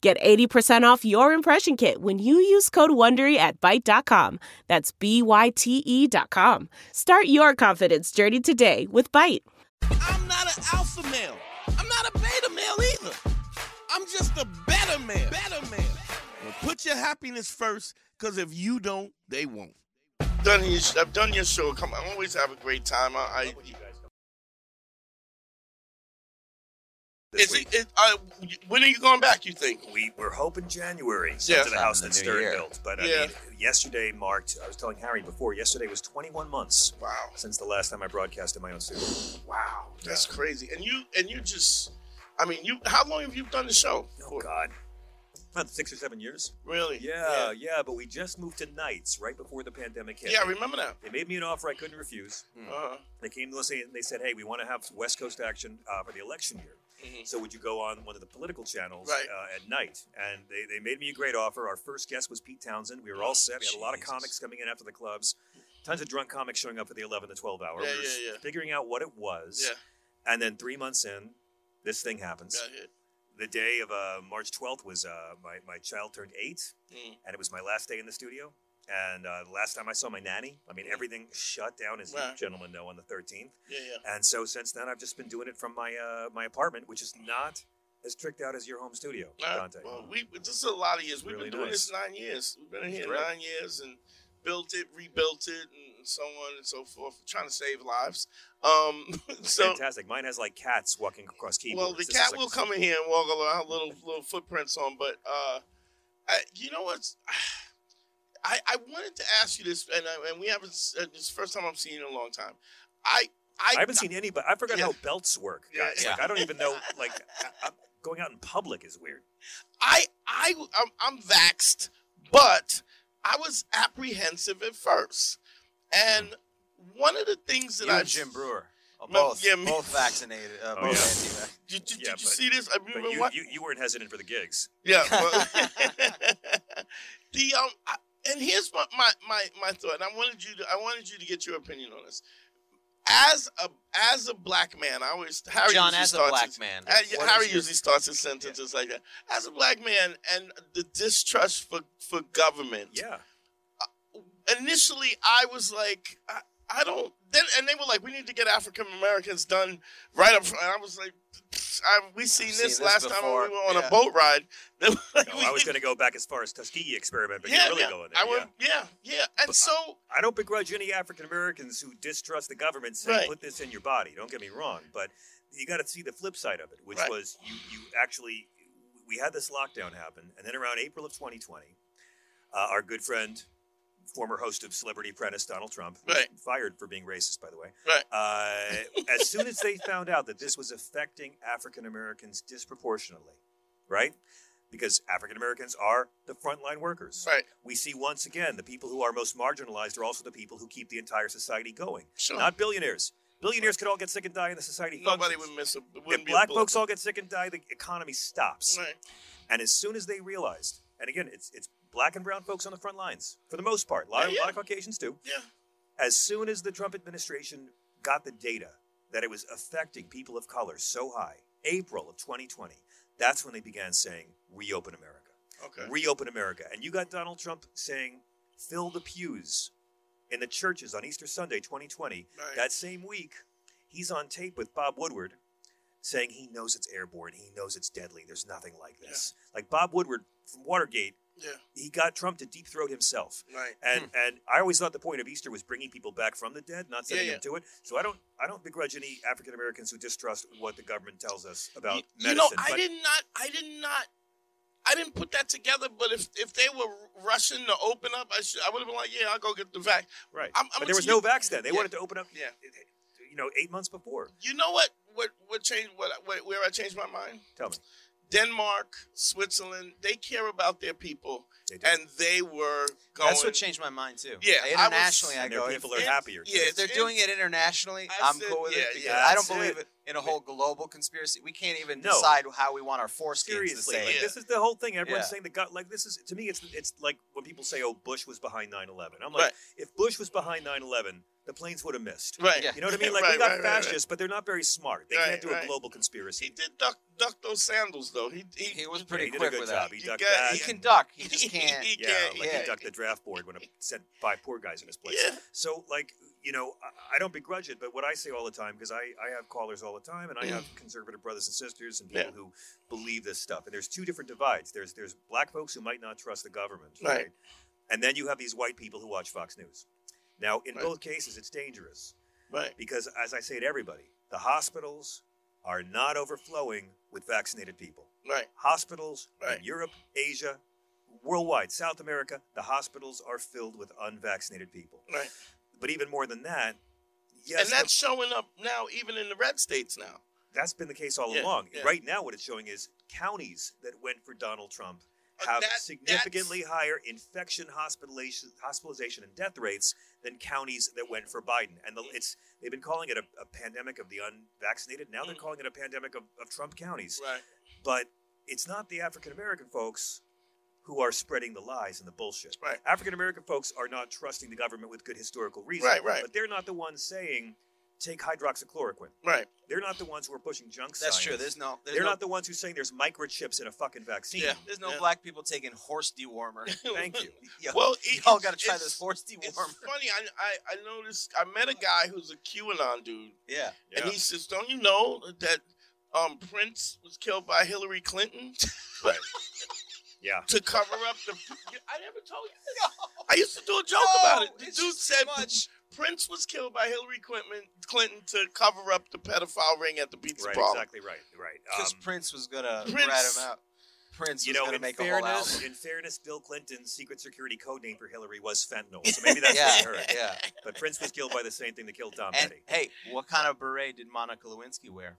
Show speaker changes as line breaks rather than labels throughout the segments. Get 80% off your impression kit when you use code WONDERY at Byte.com. That's B-Y-T-E E dot com. Start your confidence journey today with Byte.
I'm not an alpha male. I'm not a beta male either. I'm just a better man. Better man. Well, put your happiness first, because if you don't, they won't. Done your, I've done your show. Come, I always have a great time. I, I, is it, it, I, when are you going back? You think?
We were hoping January to
Yeah.
the house
In
that
the new
Stern
year.
built, but I
Yeah.
mean, yesterday marked. I was telling Harry before. Yesterday was 21 months
Wow,
since the last time I broadcast in my own studio. Oh,
wow, that's crazy. And you, and you just, I mean, you. How long have you done the show?
Oh God, about six or seven years.
Really?
Yeah, yeah, But we just moved to nights right before the pandemic
yeah.
hit.
I remember that.
They made me an offer I couldn't refuse.
Uh-huh.
They came to us and they said, "Hey, we want to have West Coast action uh, for the election year.
Mhm.
So would you go on one of the political channels
Right.
uh, at night?" And they, they made me a great offer. Our first guest was Pete Townsend. We were all set. We had a lot of
Jesus.
comics coming in after the clubs. Tons of drunk comics showing up for the 11 to 12 hour.
Yeah,
we were
yeah,
s-
yeah.
Figuring out what it was.
Yeah.
And then three months in, this thing happens.
Got hit.
The day of uh, March 12th was uh, my, my child turned eight,
Mm.
and it was my last day in the studio. And uh, the last time I saw my nanny, I mean, everything shut down, as
Mm. Right.
you gentlemen know, on the 13th.
Yeah, yeah.
And so since then, I've just been doing it from my uh, my apartment, which is not as tricked out as your home studio,
Uh,
Dante.
Well, we this is a lot of years. We've
Really
been doing
nice.
this nine years. We've been in
It's
here
great.
nine years and built it, rebuilt it, and so on and so forth, trying to save lives. Um, so
Fantastic. Mine has like cats walking across keyboards.
well, the
This is
cat
like-
will come in here and walk around, little little footprints on. But uh, I, you know what's I, I wanted to ask you this, and I, and we haven't. s- uh, It's the first time I'm seeing you in a long time. I I,
I haven't seen anybody. I forgot
Yeah.
how belts work,
Yeah,
guys. Like,
yeah.
I don't even know. Like, I, I'm going out in public is weird.
I I I'm, I'm vaxxed, but I was apprehensive at first, and
Hmm.
one of the things that
You
I
and Jim Brewer. are
No,
both,
yeah, me-
both vaccinated. Uh,
Oh,
both
yeah.
anti-vax.
Did, did,
Yeah,
did you
but-
see this? I
But
remember
you,
Mm, what?
you, you weren't hesitant for the gigs.
yeah. well- the um, I, and here's my, my my my thought. And I wanted you to I wanted you to get your opinion on this. As a as a black man, I always Harry
John,
usually
as a
starts
black
his-
man.
Uh,
what
Harry
is your-
usually starts his sentences like that. As a black man, and the distrust for for government.
Yeah.
initially I was like, I, I don't. Then and they were like, we need to get African Americans done right up front. And I was like, pfft, I, we seen
I've
this
seen this
last time
before.
when we were on
Yeah.
a boat ride. They were like,
No,
we
I was
need-
going to go back as far as Tuskegee experiment, but you're
yeah,
really
yeah.
going there.
I
yeah.
went, yeah, yeah. And
But-
so
I don't begrudge any African Americans who distrust the government saying
Right.
put this in your body. Don't get me wrong, but you got to see the flip side of it, which
Right.
was you you actually we had this lockdown happen, and then around April of 2020, uh, our good friend, former host of Celebrity Apprentice, Donald Trump, who's
Right.
fired for being racist, by the way.
Right.
Uh, as soon as they found out that this was affecting African Americans disproportionately, right? Because African Americans are the frontline workers
right,
we see once again the people who are most marginalized are also the people who keep the entire society going.
sure.
Not billionaires. Billionaires could all get sick and die, and the society
Nobody
functions.
would miss a. Wouldn't
If
be
black
a
folks all get sick and die, the economy stops.
Right.
And as soon as they realized, and again, it's it's black and brown folks on the front lines for the most part. A lot, of,
Yeah,
lot of Caucasians too.
Yeah.
As soon as the Trump administration got the data that it was affecting people of color so high, April of 2020, that's when they began saying, "Reopen America."
Okay.
reopen America. And you got Donald Trump saying, fill the pews in the churches on Easter Sunday 2020.
Right.
That same week, he's on tape with Bob Woodward saying he knows it's airborne. He knows it's deadly. There's nothing like this. Like Bob Woodward from Watergate,
yeah.
he got Trump to deep throat himself.
Right.
And and I always thought the point of Easter was bringing people back from the dead, not setting
Hmm. Yeah,
them to it. So I don't I don't begrudge any African Americans who distrust what the government tells us about
You- you,
medicine.
know, I
but-
did not. I did not. I didn't put that together. But if if they were rushing to open up, I should. I would have been like, yeah, I'll go get the vac.
right.
I'm- I'm
but
gonna
there was
tell you-
no vax then. They
Yeah.
wanted to open up
Yeah.
you know, eight months before.
You know what? What what changed? What, what where I changed my mind?
Tell me.
Denmark, Switzerland, they care about their people,
They do.
and they were going.
That's what changed my mind too.
Yeah, I was-
internationally, I,
and
go.
their
if-
people are
if-
happier.
yeah,
if they're doing it internationally,
I
I'm
said-
cool with
yeah,
it
yeah,
because I don't
that's
believe it
it.
in a whole global conspiracy. We can't even
No.
decide how we want our foreskins
Seriously,
to say.
like,
Yeah.
this is the whole thing. Everyone's
Yeah.
saying the gut. Like this is to me, it's it's like when people say, "Oh, Bush was behind 9/11." I'm like,
Right.
if Bush was behind 9/11, the planes would have missed.
right.
Yeah.
You know what I mean? Like we
Right,
got
right, right, right.
fascists, but they're not very smart. They
Right,
can't do
right.
a global
He
conspiracy.
did duck duck those sandals though. He he,
He was
Yeah,
pretty
he did a
quick
good
with
job.
that.
He
You
ducked
got-
that.
He can duck. He just can't.
He
yeah,
can't-
like
yeah.
he ducked the draft board when it sent five poor guys in his place.
Yeah.
So, like, you know, I, I don't begrudge it, but what I say all the time, because I, I have callers all the time, and I have conservative brothers and sisters and people
Mm. Yeah.
who believe this stuff. And there's two different divides. There's there's black folks who might not trust the government,
Right.
And then you have these white people who watch Fox News. Now, in
Right.
both cases, it's dangerous
Right.
because, as I say to everybody, the hospitals are not overflowing with vaccinated people
Right.
hospitals
Right.
in Europe, Asia, worldwide, South America, the hospitals are filled with unvaccinated people.
Right.
But even more than that, yes,
And that's showing up now even in the red states now.
the- that's been the case all
Yeah,
along.
yeah.
Right now, what it's showing is counties that went for Donald Trump
Uh,
have
that-
significantly higher infection, hospitalization, hospitalization, and death rates than counties that went for Biden. And
Mm.
the, it's they've been calling it a, a pandemic of the unvaccinated. Now they're
Mm.
calling it a pandemic of, of Trump counties
Right.
but it's not the African American folks who are spreading the lies and the bullshit.
Right.
African American folks are not trusting the government with good historical reason.
Right, right.
But they're not the ones saying take hydroxychloroquine.
Right.
They're not the ones who are pushing junk
That's
science.
true. There's no. There's
they're
no,
not the ones who are saying there's microchips in a fucking vaccine.
Yeah.
There's no
Yeah.
black people taking horse dewormer.
Thank you.
Yo,
Well,
y'all got to try
it's-
this horse
It's
dewormer.
funny. I, I I noticed. I met a guy who's a QAnon dude,
Yeah.
and he says, "Don't you know that um, Prince was killed by Hillary Clinton
yeah.
to cover up the?" I never told you. This. I used to do a joke about it. The
it's
dude
just
said
too much.
Prince was killed by Hillary Clinton Clinton to cover up the pedophile ring at the pizza
Right,
bar.
exactly right. Right.
because Prince was gonna
Prince-
rat him out. Prince
Um, you
was
know,
gonna
in
make a whole
fairness,
album.
in fairness, Bill Clinton's secret security code name for Hillary was fentanyl. So maybe that's
yeah,
what he heard.
yeah.
But Prince was killed by the same thing that killed Tom
And
Petty.
hey, what kind of beret did Monica Lewinsky wear?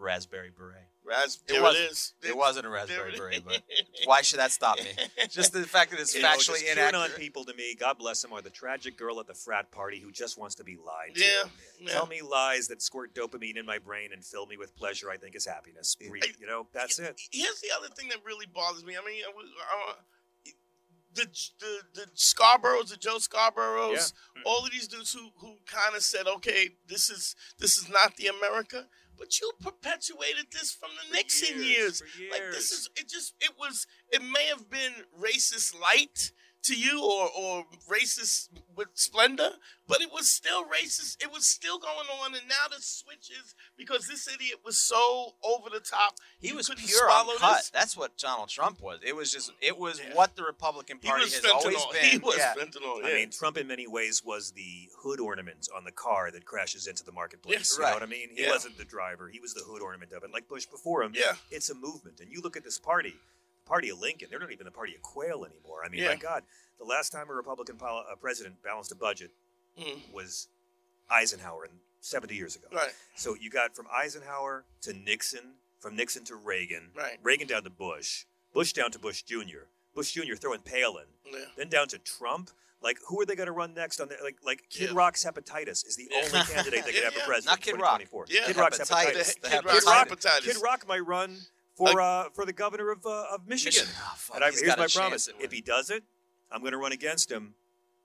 Raspberry beret.
Raz-
It
there it
wasn't.
is.
It wasn't a
There
raspberry
it
beret, but
is.
why should that stop me? Just the fact that it's
You know,
factually
just QAnon
inaccurate.
people to me, God bless them, are the tragic girl at the frat party who just wants to be lied to.
yeah. yeah.
Tell me lies that squirt dopamine in my brain and fill me with pleasure. I think is happiness. Re-
I-
you know, that's it.
Here's the other thing that really bothers me. I mean, I, was- I, the the the Scarboroughs, the Joe Scarboroughs,
Mm-hmm.
all of these dudes who who kind of said, okay, this is this is not the America, but you perpetuated this from the Nixon years. Like this is it just it was it may have been racist light to you or or racist with splendor, but it was still racist. It was still going on, and now the switch is because this idiot was so over the top.
He
you
was
couldn't
pure
swallow
uncut.
this?
That's what Donald Trump was. It was just it was
Yeah.
what the Republican
He
Party
was
has always
fentanyl.
been.
He was
yeah.
fentanyl.
I
yeah.
mean, Trump in many ways was the hood ornament on the car that crashes into the marketplace.
Yeah,
you
right.
know what I mean? He
Yeah.
wasn't the driver. He was the hood ornament of it. Like Bush before him,
yeah.
it's a movement. And you look at this party, the party of Lincoln, they're not even the party of Quayle anymore. I mean,
Yeah.
my God, the last time a Republican pol- uh, president balanced a budget
Mm.
was Eisenhower and 70 years ago.
Right.
So you got from Eisenhower to Nixon, from Nixon to Reagan,
Right.
Reagan down to Bush, Bush down to Bush Jr., Bush Jr. throwing Palin,
Yeah.
then down to Trump. Like, who are they going to run next on the like? Like Kid
Yeah.
Rock's hepatitis is the
Yeah.
only candidate that could
Yeah,
have
yeah.
a president.
Not
in
Kid Rock.
2024.
Yeah.
Kid Rock's
Hepatitis.
hepatitis.
The
Kid
hepatitis.
Rock, hepatitis.
Kid Rock might run for uh, for the governor of uh, of Michigan.
Oh, fuck,
And I,
he's
here's
got a
my
chance
promise:
at
if
winning.
he does it, I'm going to run against him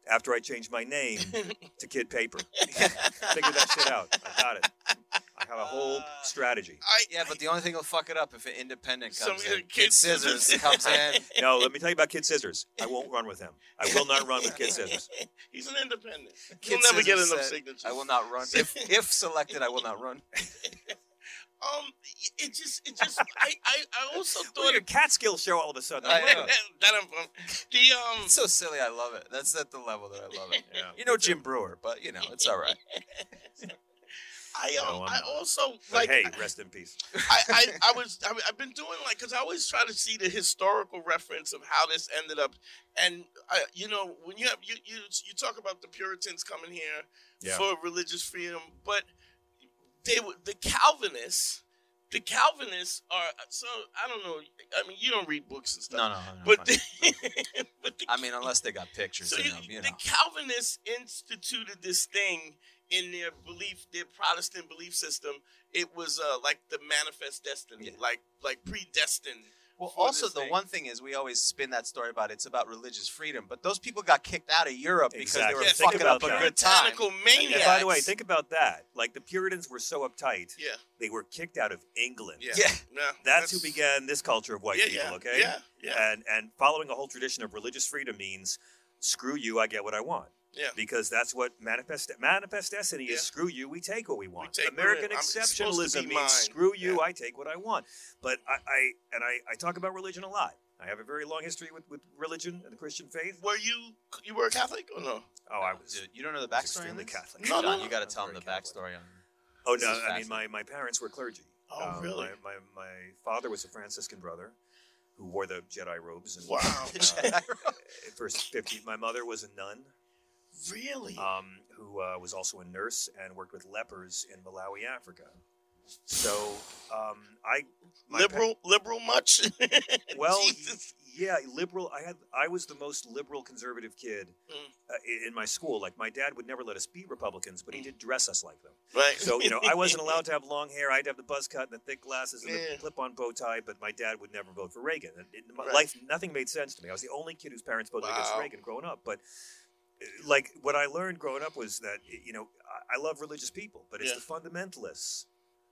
after I change my name to Kid Paper. Figure that shit out. I got it. I have a whole
Uh,
strategy.
I,
Yeah, but the only thing will fuck it up if an independent
Some
comes in.
kid
Kid Scissors
scissors.
comes in.
No, let me tell you about Kid Scissors. I won't run with him. I will not run with Kid Scissors.
He's an independent.
Kid
He'll never get
Scissors
enough
said,
signatures.
I will not run. If if selected, I will not run.
Um, it just, it just. I, I, I also
Well,
thought
your Catskill show all of a sudden.
I know.
that I'm from the um.
It's so silly. I love it. That's at the level that I love it.
Yeah,
You know
me too.
Jim Brewer, but you know it's all right.
I um.
No, I'm
I
not.
also
But
like.
hey,
uh,
rest in peace.
I, I, I was. I, I've been doing like because I always try to see the historical reference of how this ended up, and I, you know, when you have you you you talk about the Puritans coming here
Yeah.
for religious freedom, but they were the Calvinists the Calvinists are so I don't know. I mean, you don't read books and stuff,
No, no, no.
but
fine.
the, but the,
I mean, unless they got pictures
so
in
you,
them, you know.
the Calvinists instituted this thing in their belief, their Protestant belief system. It was uh, like the manifest destiny,
Yeah.
like like predestined.
Well,
for
also
this
the
thing.
one thing is we always spin that story about it's about religious freedom, but those people got kicked out of Europe
Exactly.
because
Yes,
they were
think
fucking up a
about that.
good time.
Puritanical
And
maniacs.
by the way, think about that. Like the Puritans were so uptight,
Yeah,
they were kicked out of England.
yeah,
Yeah.
No,
That's, who began this culture of white
yeah,
people,
yeah,
okay?
Yeah, yeah,
And and following a whole tradition of religious freedom means screw you, I get what I want.
yeah.
Because that's what manifest manifest destiny
Yeah.
is screw you, we take what we want.
take what
American
we- I'm- it's supposed to
exceptionalism
be
means
mine.
screw you,
Yeah.
I take what I want. But I, I and I, I talk about religion a lot. I have a very long history with, with religion and the Christian faith.
Were you you were a Catholic or no?
Oh, I was
Dude, you don't know the
I was
backstory on
extremely
this?
Catholic.
No, no,
John,
no.
you got to
I'm
tell them the
very Catholic.
backstory on
Oh
This
no!
is
I mean,
fascinating.
my, my parents were clergy. Um,
Oh, really?
My, my my father was a Franciscan brother, who wore the Jedi robes. And,
Wow.
Uh, first fifty. My mother was a nun,
Really?
um, who uh, was also a nurse and worked with lepers in Malawi, Africa. So um, I my pa-
liberal, liberal much?
well,
Jesus.
yeah, liberal. I had I was the most liberal conservative kid
Mm.
uh, i- in my school. Like my dad would never let us be Republicans, but he
Mm.
did dress us like them.
right?
So you know, I wasn't allowed to have long hair. I had to have the buzz cut and the thick glasses and
Yeah.
the clip-on bow tie. But my dad would never vote for Reagan. And it, my
Right.
Life, nothing made sense to me. I was the only kid whose parents voted against
Wow.
Reagan growing up. But uh, like what I learned growing up was that you know I, I love religious people, but it's
Yeah.
the fundamentalists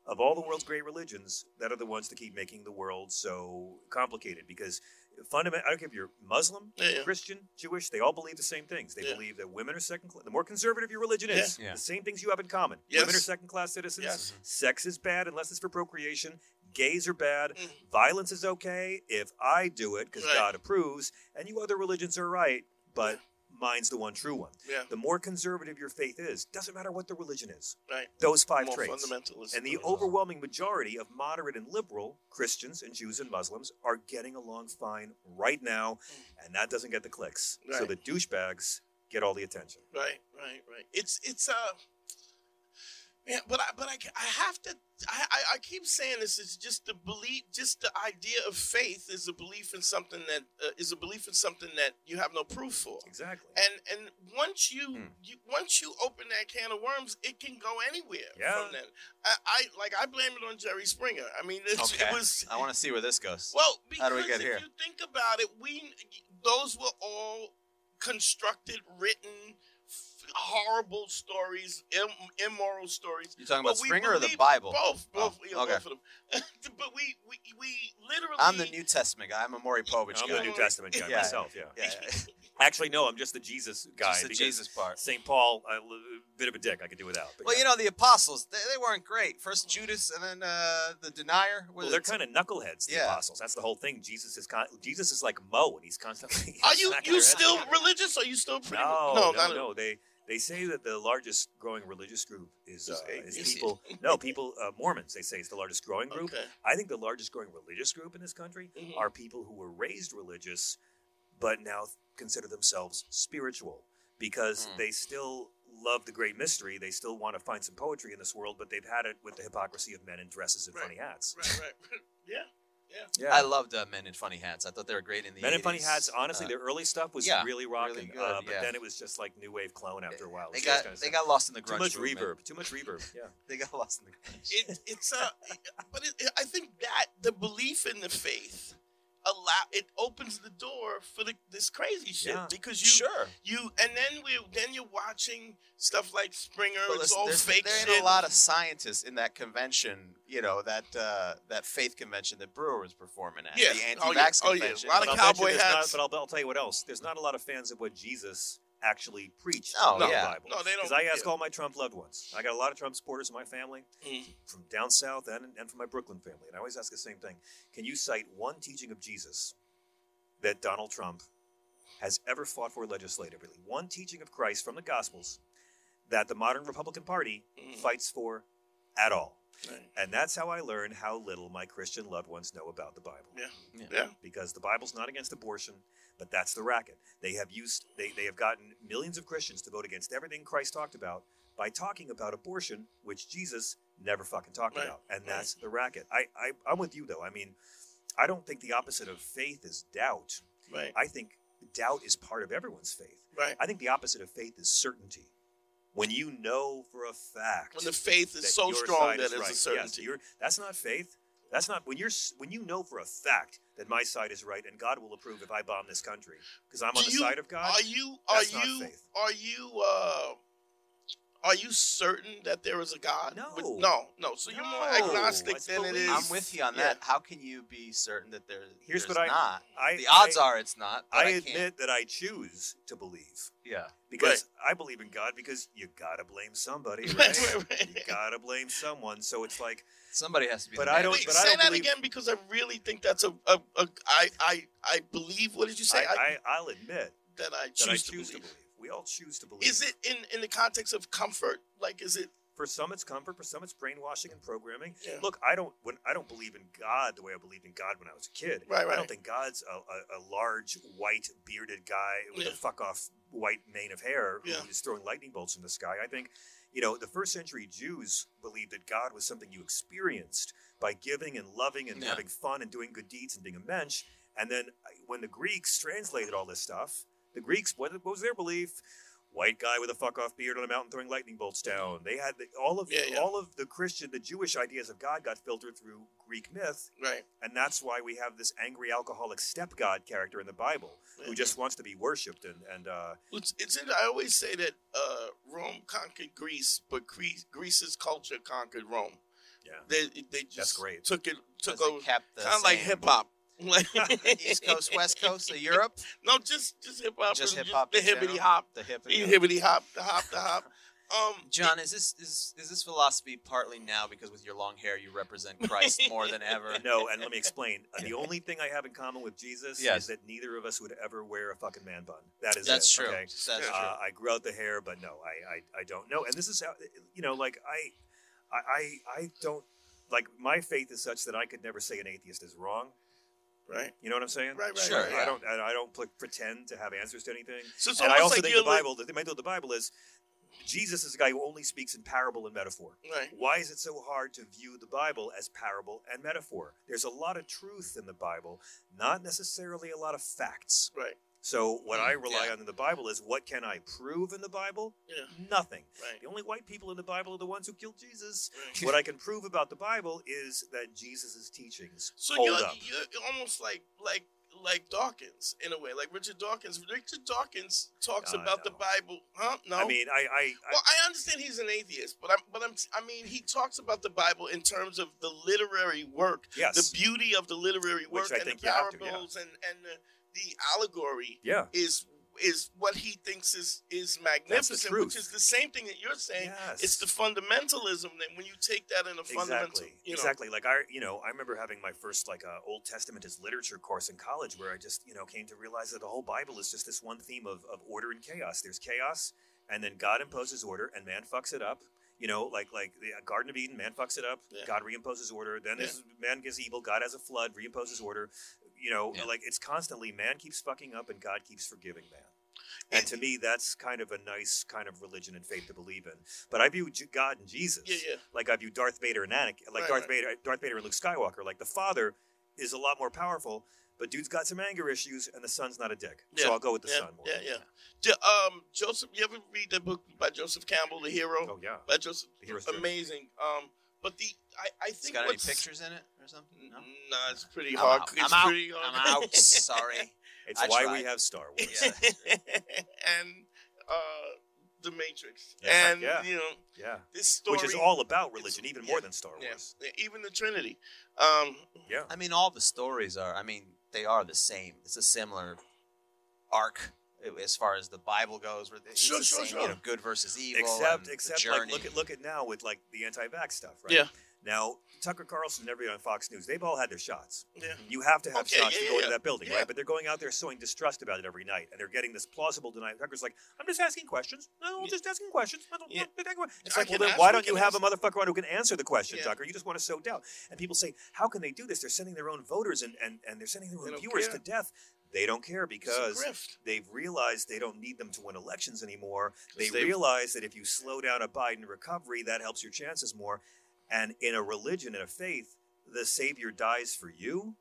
of all the world's great religions that are the ones that keep making the world so complicated. Because fundamental, I don't care if you're Muslim,
Yeah, yeah.
Christian, Jewish, they all believe the same things. They
Yeah.
believe that women are second class. The more conservative your religion is,
Yeah. Yeah.
the same things you have in common.
Yes.
Women are second class citizens.
Yes.
Sex is bad unless it's for procreation. Gays are bad.
Mm.
Violence is okay if I do it because
Right.
God approves. And you other religions are right, but mine's the one true one.
Yeah,
The more conservative your faith is, doesn't matter what the religion is.
right.
Those five
More
traits.
fundamentalist.
And the
Wow.
overwhelming majority of moderate and liberal Christians and Jews and Muslims are getting along fine right now, and that doesn't get the clicks. So
Mm. Right.
the douchebags get all the attention.
Right, right, right. It's it's uh, yeah. But I but I, ca- I have to. I, I I keep saying this is just the belief, just the idea of faith is a belief in something that uh, is a belief in something that you have no proof for.
Exactly.
And and once you,
Hmm.
you once you open that can of worms, it can go anywhere.
Yeah.
From then, I, I like I blame it on Jerry Springer. I mean, it's,
Okay.
it was
I want to see where this goes.
well, because
How do we get
if
here?
you think about it, we those were all constructed, written, f- horrible stories, Im- immoral stories.
You're talking about
But we
Springer or the
believe
Bible?
Both, both,
Oh,
yeah,
okay.
both of them. but we, we, we literally.
I'm the New Testament guy. I'm a Maury Povich
I'm
guy.
a New Testament guy
Yeah.
myself, yeah.
yeah, yeah.
Actually, no, I'm just the Jesus guy.
Just the
because
Jesus part.
St. Paul, a bit of a dick, I could do without. But
Well,
yeah.
you know the apostles, they, they weren't great. First Judas, and then uh, the denier.
Well, they're kind of knuckleheads, the
Yeah.
apostles. That's the whole thing. Jesus is con- Jesus is like Mo, and he's constantly.
Are you
smacking
you
their ass.
still religious? Are you still pretty?
No, no, no,
not-
They they say that the largest growing religious group is uh,
Is
is
atheists.
people. No, people uh, Mormons. They say it's the largest growing group.
Okay.
I think the largest growing religious group in this country
Mhm.
are people who were raised religious, but now consider themselves spiritual because
Mm.
they still love the great mystery. They still want to find some poetry in this world, but they've had it with the hypocrisy of men in dresses and
Right.
funny hats.
Right, right. yeah.
Yeah.
I loved uh, Men in Funny Hats. I thought they were great in the
Men in
80s.
Funny Hats, honestly,
Uh,
their early stuff was
yeah, really
really rocking,
good,
uh, but
yeah.
then it was just like new wave clone after a while.
they
It was
got
kinda
they
sad.
got lost in the
too
grunge
much
movement.
reverb. Too much reverb. Yeah.
They got lost in the grunge.
it, it's a but it, i think that the belief in the faith allow it opens the door for the, this crazy shit
Yeah.
because you
sure,
you and then we then you're watching stuff like springer
but
it's
listen,
all
there's,
fake
there ain't
shit
a lot of scientists in that convention. You know that uh, that faith convention that Brewer was performing at.
Yeah.
the
Oh, yeah.
anti-vax
Oh, yeah.
convention.
A lot of
But I'll bet you
cowboy
there's
hats.
Not, but I'll, I'll tell you what else. There's not a lot of fans of what Jesus actually preached
Oh,
in the
yeah.
Bible.
no they don't
Because I ask all my Trump loved ones. I got a lot of Trump supporters in my family
Mm.
from down south and, and from my Brooklyn family. And I always ask the same thing Can you cite one teaching of Jesus that Donald Trump has ever fought for legislatively? One teaching of Christ from the Gospels that the modern Republican Party
Mm.
fights for at all.
Right.
And that's how I learned how little my Christian loved ones know about the Bible
yeah
because the Bible's not against abortion, but that's the racket. They have used they, they have gotten millions of Christians to vote against everything Christ talked about by talking about abortion, which Jesus never fucking talked
Right,
about. And
right.
that's the racket. I, I, I'm with you, though. I mean, I don't think the opposite of faith is doubt.
Right.
I think doubt is part of everyone's faith.
Right.
I think the opposite of faith is certainty. When you know for a fact
When the faith
that
is so
your
strong
side
that
is
it's
right.
a
Yes,
certainty.
you're, that's not faith. That's not when you're s- when you know for a fact that my side is right and God will approve if I bomb this country because I'm
Do
on the
you-
side of God.
Are you are
That's not
you
faith.
are you uh are you certain that there is a God?
No.
But- no, no. So you're more
No,
agnostic
it's
than it
belief.
is.
I'm with you on
yeah.
that. How can you be certain that there,
Here's
there's
what I-
not?
I,
the odds
I,
are it's not. but
I,
I, Can't.
admit that I choose to believe
Yeah.
because I believe in God because you gotta blame somebody,
Right,
right?
right, right.
you gotta blame someone. So it's like
Somebody has to be.
But
the
I
man.
don't-
Wait,
but I
say that
believe-
again because I really think that's a, a, a I, I I believe what did you say?
I, I, I'll admit
that I choose,
that I
to,
choose
believe.
to believe. We all choose to believe.
Is it in in the context of comfort? Like is it
for some it's comfort, for some it's brainwashing and programming.
Yeah.
Look, I don't when I don't believe in God the way I believed in God when I was a kid.
Right,
I
right.
don't think God's a, a, a large white bearded guy with a
Yeah.
fuck off white mane of hair
Yeah.
who is throwing lightning bolts from the sky. I think, you know, the first century Jews believed that God was something you experienced by giving and loving and
Yeah.
having fun and doing good deeds and being a mensch. And then uh, when the Greeks translated all this stuff, the Greeks, what, what was their belief? White guy with a fuck off beard on a mountain throwing lightning bolts down. They had the, all of
Yeah, yeah.
all of the Christian, the Jewish ideas of God got filtered through Greek myth,
right?
and that's why we have this angry alcoholic step god character in the Bible who just wants to be worshipped and and uh,
It's, it's in, I always say that uh, Rome conquered Greece, but Greece, Greece's culture conquered Rome.
yeah.
They they just
great.
took it took
Doesn't
over,
cap the
kind of like
same.
hip hop. Like
East Coast, West Coast of Europe,
No, just just hip hop.
just
and
hip hop.
The
in general.
hibbity hop.
The hip.
The hibbity hop. The hop. The hop. Um,
John, is this is is this philosophy partly now because with your long hair you represent Christ more than ever?
No, and let me explain. Uh, The only thing I have in common with Jesus
Yes.
is that neither of us would ever wear a fucking man bun. That is
That's
it,
true.
okay?
That's true.
Uh, I grew out the hair, but no, I, I I don't know. And this is how you know, like I I I, I don't like my faith is such that I could never say an atheist is wrong.
right.
You know what I'm saying?
Right, right,
Sure, right.
I
yeah.
don't. and I don't pl- pretend to have answers to anything.
So it's
and I
almost
also
like
think
you're
the Bible. The thing I know the Bible is Jesus is a guy who only speaks in parable and metaphor.
Li- right.
Why is it so hard to view the Bible as parable and metaphor? There's a lot of truth in the Bible, not necessarily a lot of facts.
Right.
So what I
Mm,
rely
yeah.
on in the Bible is what can I prove in the Bible?
Yeah.
Nothing.
Right.
The only white people in the Bible are the ones who killed Jesus. what I can prove about the Bible is that Jesus' teachings
So
hold
you're,
up.
you're almost like like like Dawkins in a way, like Richard Dawkins. Richard Dawkins talks
No,
about the
no.
Bible, huh? No,
I mean, I, I, I
well, I understand he's an atheist, but I'm but I'm I mean he talks about the Bible in terms of the literary work,
yes,
the beauty of the literary
Which
work,
I
and
think
the
you have to, yeah.
parables and and the, the allegory
yeah.
is is what he thinks is is magnificent,
truth.
which is the same thing that you're saying.
Yes.
It's the fundamentalism that when you take that in a fundamental,
Exactly.
you know,
Exactly. Like I, you know, I remember having my first like uh, Old Testament as literature course in college, where I just, you know, came to realize that the whole Bible is just this one theme of, of order and chaos. There's chaos, and then God imposes order, and man fucks it up. You know, like like the uh, Garden of Eden, man fucks it up.
Yeah.
God reimposes order. Then this man gets evil. God has a flood, reimposes order. You know,
Yeah.
like it's constantly man keeps fucking up, and God keeps forgiving man. And
It-
to me, that's kind of a nice kind of religion and faith to believe in. But I view J- God and Jesus
yeah, yeah.
like I view Darth Vader and Anakin, like
Right,
Darth
right.
Vader, Darth Vader and Luke Skywalker. Like the father is a lot more powerful, but dude's got some anger issues, and the son's not a dick.
Yeah,
So I'll go with the
yeah,
son more.
Yeah, yeah. Jo- um, Joseph, you ever read that book by Joseph Campbell, The Hero?
Oh yeah.
By Joseph,
The Hero's Journey.
amazing. Um, but the I, I
It's
think
got any
what's,
pictures in it or something?
N-
No?
Nah, it's pretty
I'm
hard.
out. I'm
It's
out.
pretty hard.
I'm out. Sorry.
It's
I
why we
tried.
have Star Wars.
Yeah.
and uh, The Matrix,
Yeah,
and
yeah.
you know
Yeah.
this story,
Which is all about religion, even more
yeah,
than Star
yeah,
Wars.
yeah, even the Trinity. Um,
Yeah.
I mean, all the stories are. I mean, they are the same. It's a similar arc as far as the Bible goes. Where it's
Sure,
the
sure,
same,
sure.
You know, good versus evil. and
Except,
the
except, like
journey.
look at look at now with like the anti-vax stuff, right?
Yeah.
Now Tucker Carlson and everybody on Fox News, they've all had their shots.
yeah.
You have to have
Okay,
shots
yeah,
to go
yeah,
into that building,
yeah.
right? But they're going out there sowing distrust about it every night, and they're getting this plausible denial. Tucker's like, "I'm just asking questions. No, I'm
Yeah.
just asking questions." I don't-
Yeah.
I don't- It's
I
like, well,
can
then
ask-
why
we
don't
can
you have a
ask-
motherfucker on who can answer the question,
Yeah.
Tucker? You just want to sow doubt. And people say, "How can they do this? They're sending their own voters and and, and they're sending their
They
own
don't
viewers
care.
to death." They don't care
It's a
because
grift.
they've realized they don't need them to win elections anymore. They
they've-
realize that if you slow down a Biden recovery, that helps your chances more. And in a religion, in a faith, the Savior dies for you.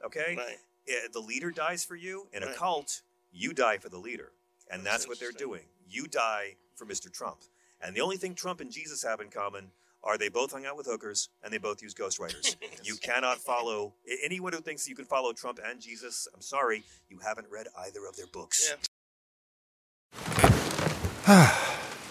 Okay?
Right.
Eh, The leader dies for you. In a
Right.
cult, you die for the leader. And
That's
that's what they're
interesting.
doing. You die for Mr. Trump. And the only thing Trump and Jesus have in common are they both hung out with hookers and they both use ghostwriters. you cannot follow a- anyone who thinks you can follow Trump and Jesus. I'm sorry, you haven't read either of their books.
Yeah.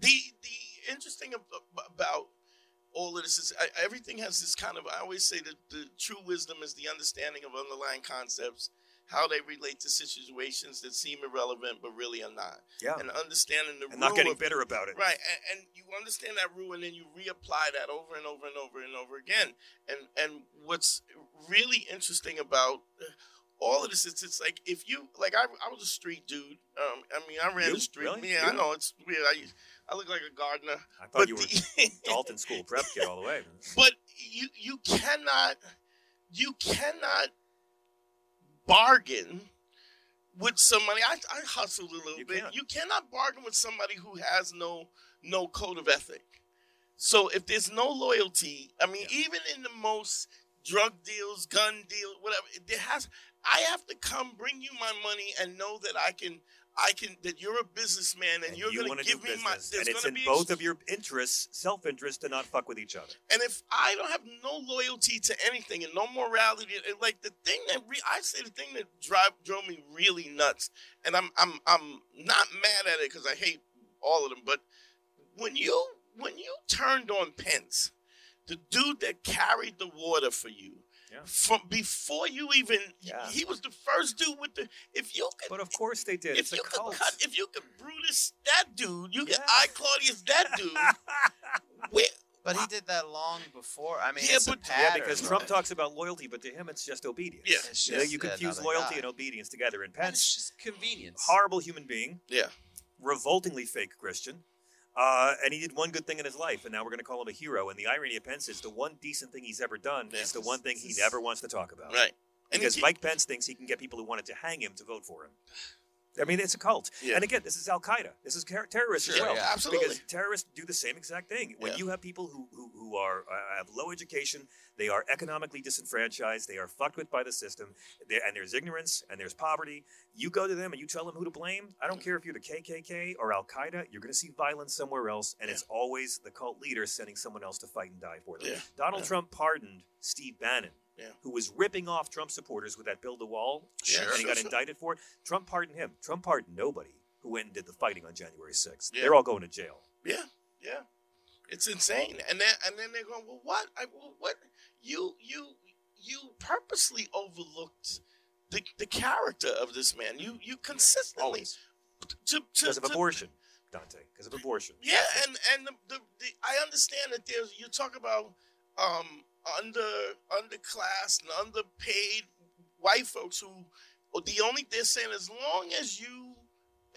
the the interesting ab- ab- about all of this is I, everything has this kind of I always say that the true wisdom is the understanding of underlying concepts, how they relate to situations that seem irrelevant but really are not,
Yeah.
and understanding the
And not
rule
getting
of-
bitter about it.
Right, and, and you understand that rule, and then you reapply that over and over and over and over again. And and what's really interesting about all of this is it's like if you like I, I was a street dude. Um, I mean I ran
You?
the street.
Really?
Yeah, I
You?
know it's weird. I I look like a gardener,
I thought
but
you were
the-
Dalton school prep kid all the way.
but you you cannot you cannot bargain with somebody. I, I hustled a little
You
bit.
can't.
You cannot bargain with somebody who has no no code of ethic. So if there's no loyalty, I mean,
Yeah.
even in the most drug deals, gun deal, whatever, there has I have to come bring you my money and know that I can I can that you're a businessman and,
And
you're
you
going
want
to
to do
give me
business,
my. there's
and it's
gonna
in
be
both
ex-
of your interests, self-interest, to not fuck with each other.
and if I don't have no loyalty to anything and no morality, and like the thing that re- I say, the thing that drive drove me really nuts, and I'm I'm I'm not mad at it because I hate all of them, but when you when you turned on Pence, the dude that carried the water for you.
Yeah.
From before you even,
Yeah.
he was the first dude with the. If you could
But of course they did.
if
It's a
you could
cult.
cut, if you could Brutus that dude, you could
Yeah.
I Claudius that dude. Where,
But he did that long before. I mean,
Yeah,
it's a
but- Yeah,
yeah,
pattern,
because
right?
Trump talks about loyalty, but to him it's just obedience.
Yeah.
It's
You, know,
just
you confuse
another
loyalty
guy.
and obedience together. And
And It's
Pence,
just convenience.
horrible human being,
yeah.
revoltingly fake Christian, uh, and he did one good thing in his life, and now we're going to call him a hero. And the irony of Pence is the one decent thing he's ever done
Yeah.
is the one thing he never wants to talk about.
Right. And
because
it-
Mike Pence thinks he can get people who wanted to hang him to vote for him. I mean, it's a cult.
Yeah.
And again, this is Al Qaeda. This is ter- terrorists as
Sure,
well.
yeah.
Absolutely.
Because terrorists do the same exact thing. When
Yeah.
you have people who, who, who are uh, have low education, they are economically disenfranchised, they are fucked with by the system, there- and there's ignorance and there's poverty. You go to them and you tell them who to blame. I don't care if you're the KKK or Al Qaeda, you're going to see violence somewhere else, and it's always the cult leader sending someone else to fight and die for them.
Yeah.
Donald
Yeah.
Trump pardoned Steve Bannon who was ripping off Trump supporters with that build the wall,
Sure.
and he got
Sure, sure.
indicted for it. Trump pardoned him. Trump pardoned nobody who went and did the fighting on January 6th.
Yeah.
They're all going to jail.
Yeah, yeah, it's insane. And then and then they're going, well, what? I well, what? You you you purposely overlooked the, the character of this man. You you consistently
Always.
to, to,
Because of
to-
abortion, Dante. Because of abortion.
Yeah, and and the, the, the I understand that there's you talk about um under underclass and underpaid white folks who or the only they're saying as long as you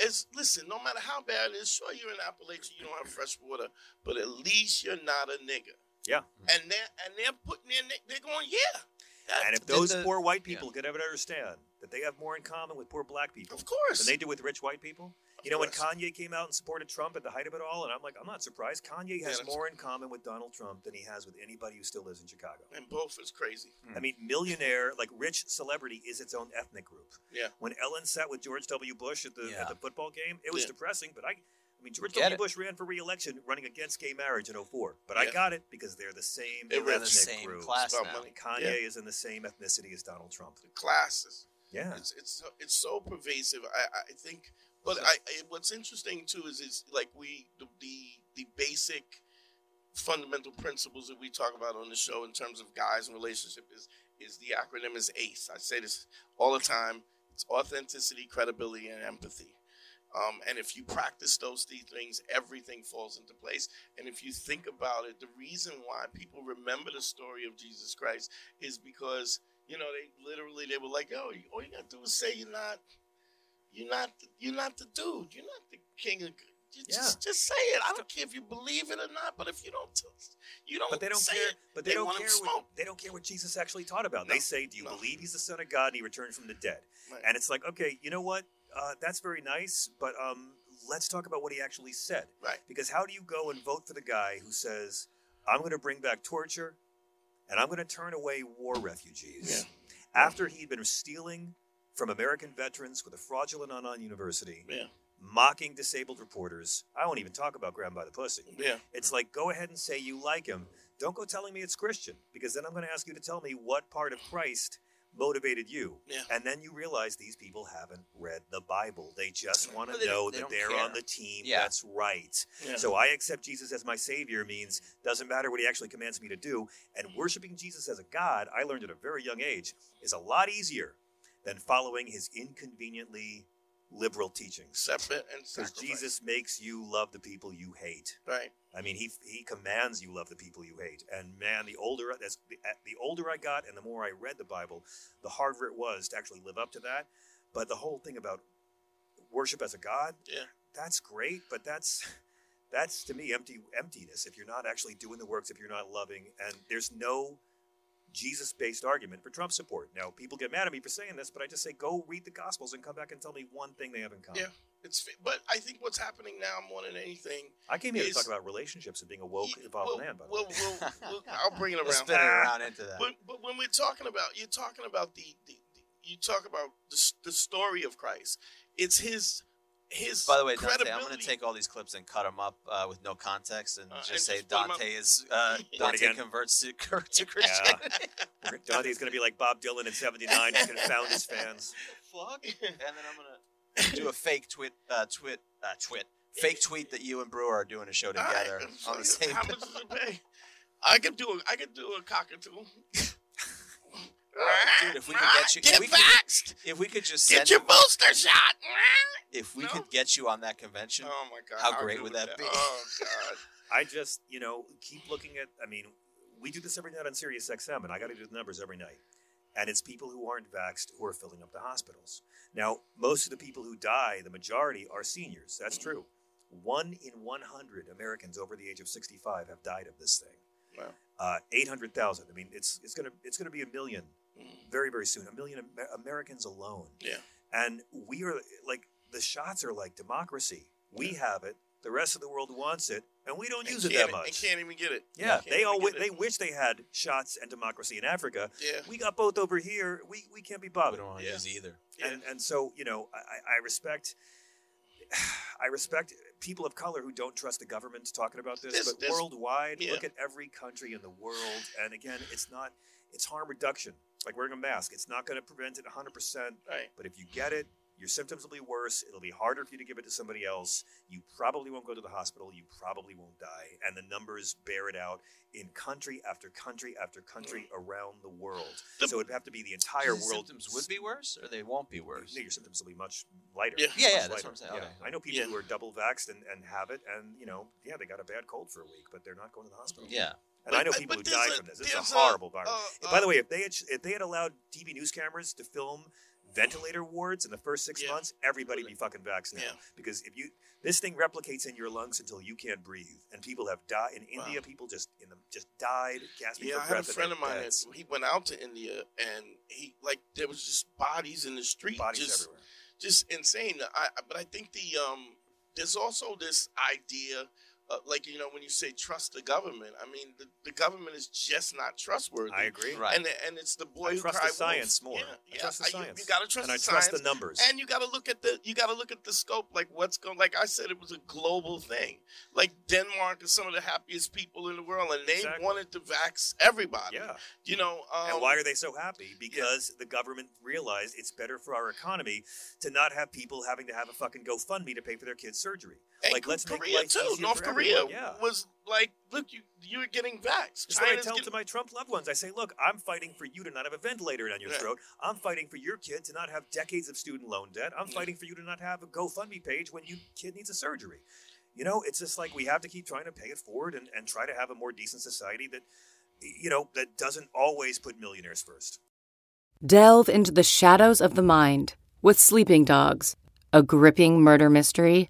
as listen, no matter how bad it is, sure you're in Appalachia, you don't have fresh water, but at least you're not a nigger.
Yeah.
And they're and they're putting in they're going, yeah. that-
And if
Did
those
the-
poor white people could ever understand that they have more in common with poor black people
of course.
than they do with rich white people, you know, when
course.
Kanye came out and supported Trump at the height of it all, and I'm like, I'm not surprised. Kanye
Yeah,
has
that's-
more in common with Donald Trump than he has with anybody who still lives in Chicago.
and both is crazy.
I mean, millionaire, like rich celebrity, is its own ethnic group.
Yeah.
When Ellen sat with George W. Bush at the
Yeah.
at the football game, it was
Yeah.
depressing. But I, I mean, George
Get
W.
it.
Bush ran for re-election running against gay marriage in 04. But
Yeah.
I got it because they're the same
They
ethnic
were
They're the same
group.
class
Stop
now.
money.
Kanye
Yeah.
is in the same ethnicity as Donald Trump.
The classes.
Yeah.
It's it's so- it's so pervasive. I I think, but I, I what's interesting too is it's like we the, the the basic fundamental principles that we talk about on the show in terms of guys and relationship is is E. the acronym is ACE. I say this all the time. It's authenticity, credibility, and empathy. Um, and if you practice those three things, everything falls into place. And if you think about it, the reason why people remember the story of Jesus Christ is because you know they literally they were like, "Yo, all you gotta do is say you're not, you're not, you're not the dude. You're not the king of." Just, just, just say it. I don't care if you believe it or not, but if you don't, t- you don't.
But they don't
say
care.
It,
But they, don't
want
care.
'em
What,
smoked.
they don't care what Jesus actually taught about.
No,
They say, "Do you
no.
believe he's the Son of God and he returned from the dead?"
Right.
And it's like, okay, you know what? Uh, that's very nice, but um, let's talk about what he actually said.
Right.
Because how do you go and vote for the guy who says, "I'm going to bring back torture, and I'm going to turn away war refugees," after he'd been stealing from American veterans with a fraudulent Annan University,
Yeah,
mocking disabled reporters? I won't even talk about grab 'em by the pussy.
yeah.
It's like, go ahead and say you like him. Don't go telling me it's Christian, because then I'm going to ask you to tell me what part of Christ motivated you.
Yeah.
And then you realize these people haven't read the Bible. They just want to
Well, they-
know
they
that
don't
they're
care.
on the team
Yeah.
that's right.
Yeah.
So I accept Jesus as my Savior means doesn't matter what he actually commands me to do. And worshiping Jesus as a God, I learned at a very young age, is a lot easier than following his inconveniently liberal teachings.
separate and
Because
sacrifice.
Jesus makes you love the people you hate.
right?
I mean, he he commands you love the people you hate. And man, the older that's the, the older I got, and the more I read the Bible, the harder it was to actually live up to that. But the whole thing about worship as a god,
Yeah.
that's great, but that's that's to me empty emptiness. If you're not actually doing the works, if you're not loving, and there's no Jesus-based argument for Trump support. Now, people get mad at me for saying this, but I just say go read the Gospels and come back and tell me one thing they have in common.
Yeah. It's fi- but I think what's happening now more than anything.
I came here to
Is-
talk about relationships and being a woke,
y-
involved
we'll-
man. By the
we'll-
way.
we'll- we'll- I'll bring it
Let's
around.
spin it around into that.
But but when we're talking about you're talking about the, the, the you talk about the, s- the story of Christ. It's his his.
By the way, Dante,
credibility.
I'm going to take all these clips and cut them up uh, with no context and
Uh,
just
and
say
just put 'em up.
Dante is uh, Dante
again.
converts to, to Christianity.
We're- Dante's going to be like Bob Dylan in 79. He's going to found his fans.
Fuck. And then I'm going to do a fake twit, uh, twit, uh, twit, fake tweet that you and Brewer are doing a show
All right,
together
so
on the same.
How much does it pay? I could do a I could do a cockatoo.
Dude, if we could get you- if
get
we could-
vaxxed,
If we could just
get
send,
your booster shot.
if we
No?
could get you on that convention,
Oh my god!
How
I'll
great
do
would
with
that be?
Oh god!
I just, you know, keep looking at, I mean, we do this every night on Sirius XM, and I got to do the numbers every night. And it's people who aren't vaxxed who are filling up the hospitals. Now, most of the people who die, the majority are seniors. That's true. One in 100 Americans over the age of 65 have died of this thing.
Wow.
Uh, 800,000. I mean, it's, it's going to it's gonna be a million very, very soon. A million Amer- Americans alone.
Yeah.
And we are like, the shots are like democracy. We have it. The rest of the world wants it, and we don't
And
use it that
can't-
much.
And can't even get it.
Yeah,
Can't
they
even
all
get
wi- they
it.
wish they had shots and democracy in Africa.
Yeah.
We got both over here. We we can't be
we
bothered.
don't want to
Yeah.
use either.
And and so you know, I, I- I respect. I respect people of color who don't trust the government talking about this,
This-
but
this-
worldwide,
yeah.
look at every country in the world. And again, it's not, it's harm reduction. Like wearing a mask, it's not going to prevent it 100%.
Right.
But if you get it, your symptoms will be worse. It'll be harder for you to give it to somebody else. You probably won't go to the hospital. You probably won't die. And the numbers bear it out in country after country after country around the world.
Mm. The-
so it'd have to be the entire
Your
world.
symptoms would be worse, or they won't be worse.
No, your symptoms will be much lighter.
Yeah.
much
Yeah, yeah, that's
lighter.
what I'm saying. Okay.
I know people
Yeah.
who are double vaxxed and, and have it, and, you know, yeah, they got a bad cold for a week, but they're not going to the hospital.
Yeah.
And I know people who
but there's
died
a-
from this. This is a
there's
horrible virus.
uh,
By
uh,
the way, if they had if they had allowed TV news cameras to film ventilator wards in the first six
Yeah.
months, everybody would be fucking vaccinated.
Yeah.
Because if you this thing replicates in your lungs until you can't breathe, and people have died in India. People just in the just died gasping
yeah,
for
I had a
breath. and
friend
they're
of mine.
dead.
That, he went out to India and he like there was just bodies in the street,
bodies
just
everywhere.
just insane. I I- but I think the um there's also this idea. Uh, like you know, when you say trust the government, I mean the, the government is just not trustworthy.
I agree.
Right.
And and it's the boy
I
who
trust
cried
the science
wolf.
more.
Yeah,
I
yeah.
trust the
I- you-
science.
You, gotta
and
trust the
I trust
science.
the numbers.
And you got to look at the you got to look at the scope. Like what's going? Like I said, it was a global thing. Like Denmark is some of the happiest people in the world, and they
Exactly.
wanted to vax everybody.
yeah.
You know. Um,
and why are they so happy? Because the government realized it's better for our economy to not have people having to have a fucking GoFundMe to pay for their kids' surgery.
and
like, let's make
Korea
life
too.
easier
North
for
Korea Korea
Yeah.
was like, look, you you're getting vaxxed.
That's what I
China's
tell
getting-
to my Trump loved ones. I say, look, I'm fighting for you to not have a ventilator down your
Yeah.
throat. I'm fighting for your kid to not have decades of student loan debt. I'm fighting for you to not have a GoFundMe page when your kid needs a surgery. You know, it's just like we have to keep trying to pay it forward and, and try to have a more decent society that, you know, that doesn't always put millionaires first.
Delve into the shadows of the mind with Sleeping Dogs, a gripping murder mystery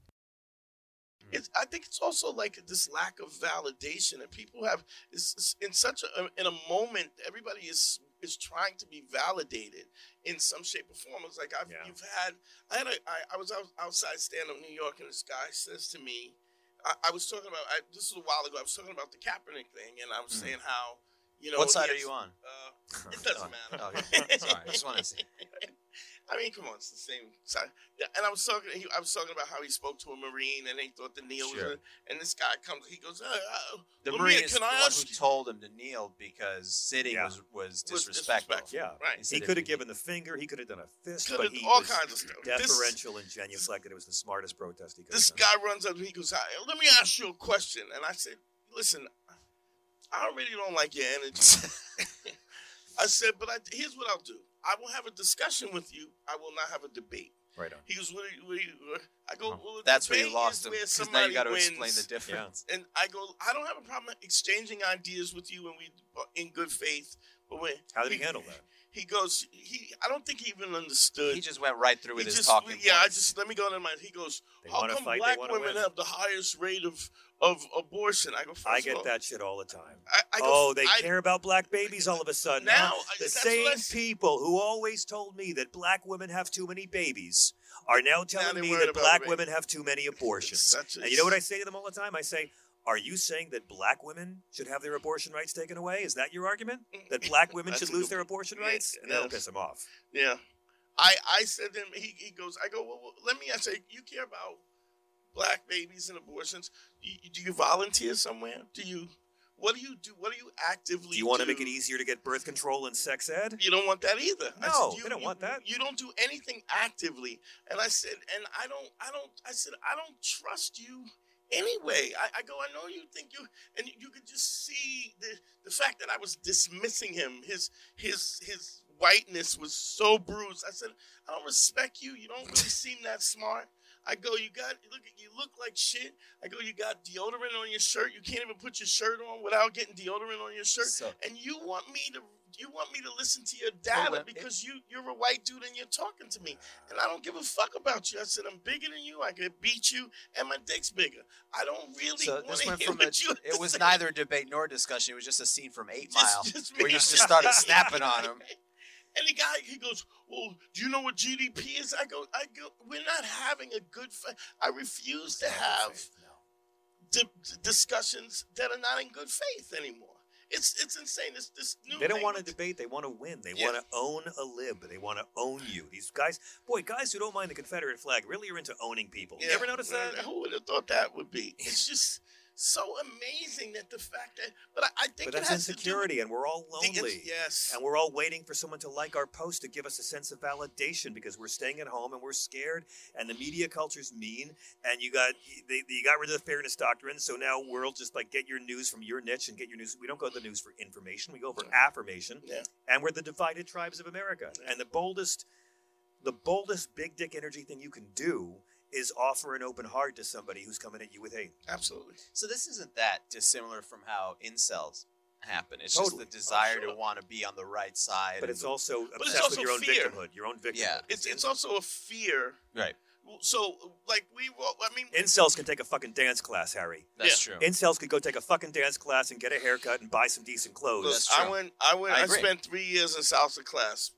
It's, I think it's also like this lack of validation that people have is is in such a um, in a moment. Everybody is is trying to be validated in some shape or form. It's like I've
Yeah.
you've had. I had a, I, I was out, outside stand up New York, and this guy says to me, I, I was talking about I, this was a while ago. I was talking about the Kaepernick thing, and I was saying how you know
what side
he
are
has-
you on?
Uh, it doesn't matter.
Okay. Sorry, I just wanted to see.
I mean, come on, it's the same side. Yeah, And I was talking, he, I was talking about how he spoke to a Marine, and they thought the kneel
Sure.
was. A, and this guy comes, he goes, uh, uh,
The
Lamia,
Marine is
can
the
I
one
ask
who told him to kneel because sitting
Yeah.
was, was
Was
disrespectful.
disrespectful.
Yeah.
oh." Right.
Instead
He
of
could have
you-
given the finger. He could have done a fist.
Coulda
but
done
he
all
was
kinds of stuff. This-
Deferential and genuflected. It was the smartest protest he could
This
have done.
guy runs up to me, he goes, "Hi, let me ask you a question. And I said, listen, I really don't like your energy. I said, but I, here's what I'll do. I will have a discussion with you. I will not have a debate.
Right on.
He goes, what do you, what do you, what-" I go, well, a
That's where
debate
you lost
is
him.
where
Because now
somebody
you got to
wins.
explain the difference.
And I go, I don't have a problem exchanging ideas with you, and we uh, in good faith. But when
How did he handle that?
He goes, he. I don't think he even understood.
He just went right through
He
with his
just-
talking.
Yeah, I
points.
just let me go to my. He goes,
They
how
wanna
come
fight, they
black
wanna
women
win."
have the highest rate of of abortion? I go. First
I
of
get
all,
that shit all the time.
I, I go,
oh, they
I-
care about black babies all of a sudden.
Now,
huh?
I-
the
that's
same
what I s-
people who always told me that black women have too many babies are now telling
they're
me
worried
that
about
black
the
women have too many abortions.
Such a-
and you know what I say to them all the time? I say, "Are you saying that black women should have their abortion rights taken away? Is that your argument? That black women
That's
should
a
lose
good
their
one.
abortion
Yeah,
rights?" And that'll
yes.
piss them off.
Yeah, I I said to him. He, he goes. I go. Well, well, let me. I say, you care about black babies and abortions. You, you- do you volunteer somewhere? Do you? What do you do? What do you actively?
Do you want to make it easier to get birth control and sex ed?
You don't want that either. I
No,
said, you
they don't
you-
want that.
You don't do anything actively. And I said, and I don't, I don't, I said, I don't trust you anyway. I, I go, I know you think you, and you could just see the the fact that I was dismissing him. His his his whiteness was so bruised. I said, I don't respect you. You don't really seem that smart. I go, you got look, you look like shit. I go, you got deodorant on your shirt. You can't even put your shirt on without getting deodorant on your shirt
So-
and you want me to you want me to listen to your data
well, it-
because you you're a white dude and you're talking to me and I don't give a fuck about you. I said I'm bigger than you. I could beat you, and my dick's bigger. I don't really
So
want
this
to
went
hear
from a,
what you.
it was neither a debate nor a discussion. It was just a scene from Eight Mile
just
where
me.
you just started snapping on him.
And the guy, he goes, "Well, do you know what GDP is?" I go, "I go. We're not having a good. Fa- I refuse to have di- d- discussions that are not in good faith anymore. It's it's insane. This this new.
They don't
thing
want to
with-
debate. They want to win. They
Yeah.
want to own a lib. They want to own you. These guys, boy, guys who don't mind the Confederate flag really are into owning people. You ever notice
man,
that?
Who would have thought that would be? It's just so amazing that the fact that, but I, I think
But
it
that's
has
insecurity, and we're all
To do with,
lonely.
It's- yes,
And we're all waiting for someone to like our post to give us a sense of validation because we're staying at home and we're scared, and the media culture's mean. And you got they, you got rid of the fairness doctrine, so now we're all just like get your news from your niche and get your news. We don't go to the news for information; we go for affirmation.
Yeah.
And we're the divided tribes of America. And the boldest, the boldest big dick energy thing you can do is offer an open heart to somebody who's coming at you with hate.
absolutely.
So this isn't that dissimilar from how incels happen. It's
Totally. Oh,
just the desire
sure.
to want to be on the right side.
But
and
it's
the-
also obsessed with
also
your own
fear.
victimhood, your own victimhood.
Yeah.
It's it's also a fear.
right.
So like we, well, I mean,
Incels can take a fucking dance class, Harry.
That's true.
Incels could go take a fucking dance class and get a haircut and buy some decent clothes.
look,
that's
I
true.
went, I went,
I
I,
agree.
spent three years in salsa class.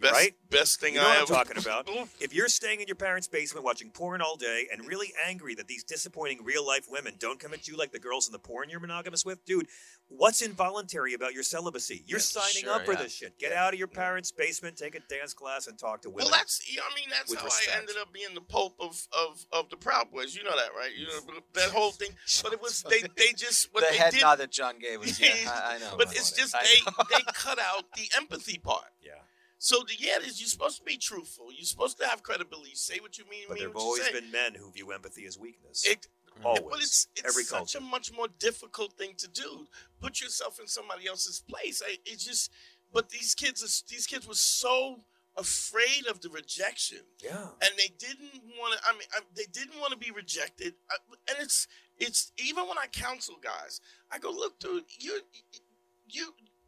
Best,
Right?
Best thing
You know
I
what I'm
ever
talking about.
Oof.
If you're staying in your parents' basement watching porn all day and really angry that these disappointing real life women don't come at you like the girls in the porn you're monogamous with, dude, what's involuntary about your celibacy? You're
Yeah,
signing
sure,
up for
yeah.
this shit. Get
Yeah.
out of your parents' basement, take a dance class, and talk to women.
Well, that's you know, I mean that's
With
how
respect.
I ended up being the pope of of of the Proud Boys. You know that, right? You know that whole thing. But it was they they just what
the
they
head
did.
nod that John gave was, yeah, I, I know.
but
about
it's
it.
just
Oh, I
they
know.
they cut out the empathy part.
yeah.
So the, yeah, you're supposed to be truthful. You're supposed to have credibility. Say what you mean.
But
mean
there have
what you
always
say.
been men who view empathy as weakness.
It,
Mm.
always.
Well, it's, it's
Every
such
culture.
a much more difficult thing to do. Put yourself in somebody else's place. I, it's just, but these kids, is- these kids were so afraid of the rejection,
yeah.
and they didn't want to. I mean, I, they didn't want to be rejected. I, and it's, it's even when I counsel guys, I go, look, dude, you, you.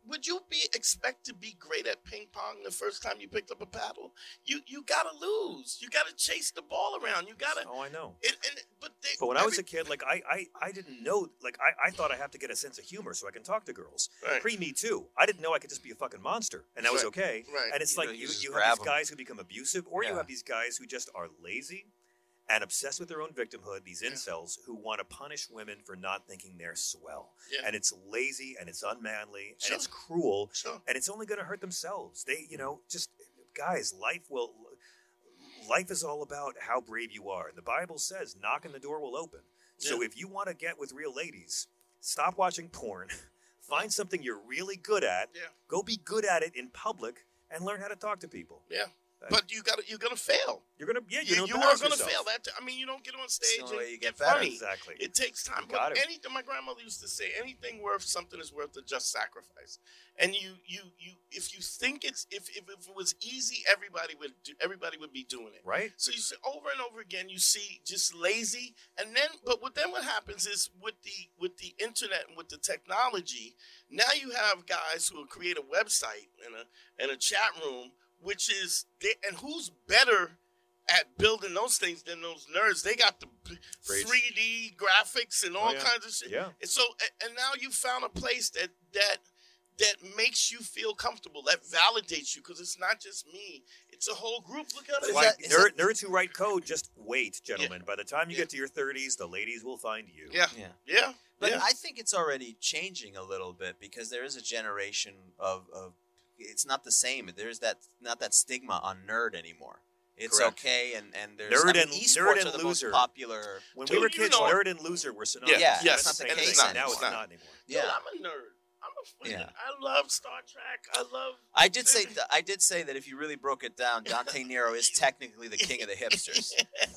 Would you be expect to be great at ping pong the first time you picked up a paddle? You you gotta lose. You gotta chase the ball around. You gotta
Oh, I know.
and, and, but, they,
But when I was a
every-
kid, like I, I, I didn't know. Like I, I thought I have to get a sense of humor so I can talk to girls.
Right.
Pre me too. I didn't know I could just be a fucking monster, and that was
Right.
okay.
Right.
And it's
You
like
know, you
you,
just
you
grab
have
'em.
these guys who become abusive, or you
Yeah.
have these guys who just are lazy and obsessed with their own victimhood. These
Yeah.
incels who want to punish women for not thinking they're swell,
Yeah.
and it's lazy and it's unmanly
Sure.
and it's cruel,
Sure.
and it's only going to hurt themselves. They, you know, just guys, life will. Life is all about how brave you are, and the Bible says, "Knock and the door will open." So
Yeah.
if you want to get with real ladies, stop watching porn. Find something you're really good at.
Yeah.
Go be good at it in public and learn how to talk to people.
yeah. But you got to you're gonna fail.
You're gonna, yeah,
You,
you're
you are gonna fail. That I mean, you don't get on stage
only
and
way you get
get,
better.
funny.
Exactly.
It takes time.
You
But
gotta-
anything my grandmother used to say, anything worth something is worth a just sacrifice. And you you you if you think it's if if, if it was easy, everybody would do, everybody would be doing it.
right?
So you see over and over again, you see just lazy, and then but what then what happens is with the with the internet and with the technology, now you have guys who will create a website and a and a chat room, which is they, and who's better at building those things than those nerds? They got the b-
Preach.
3D graphics and all
Oh, yeah.
kinds of shit.
Yeah.
And so a- and now you found a place that that that makes you feel comfortable, that validates you, because it's not just me. It's a whole group. Look at it.
Is
Why,
that- is that-
nerd, nerds who write code, just wait, gentlemen. By the time you
Yeah.
get to your 30s, the ladies will find you.
Yeah.
yeah.
Yeah.
But
yeah.
I think it's already changing a little bit because there is a generation of, of it's not the same. There's that not that stigma on nerd anymore. It's
Correct.
okay, and and there's I
Nerd
mean,
and-
esports
nerd and
are the
loser.
most popular.
When
Dude,
we were
you
kids,
know-
nerd and loser were synonymous.
Yeah,
It's
yes,
not the
and
same
it's
thing.
not,
now
it's
it's not,
not.
anymore.
Dude,
Yeah,
I'm a nerd. I'm a freaking,
Yeah.
I love Star Trek. I love.
I did say th- I did say that if you really broke it down, Dante Nero is technically the king of the hipsters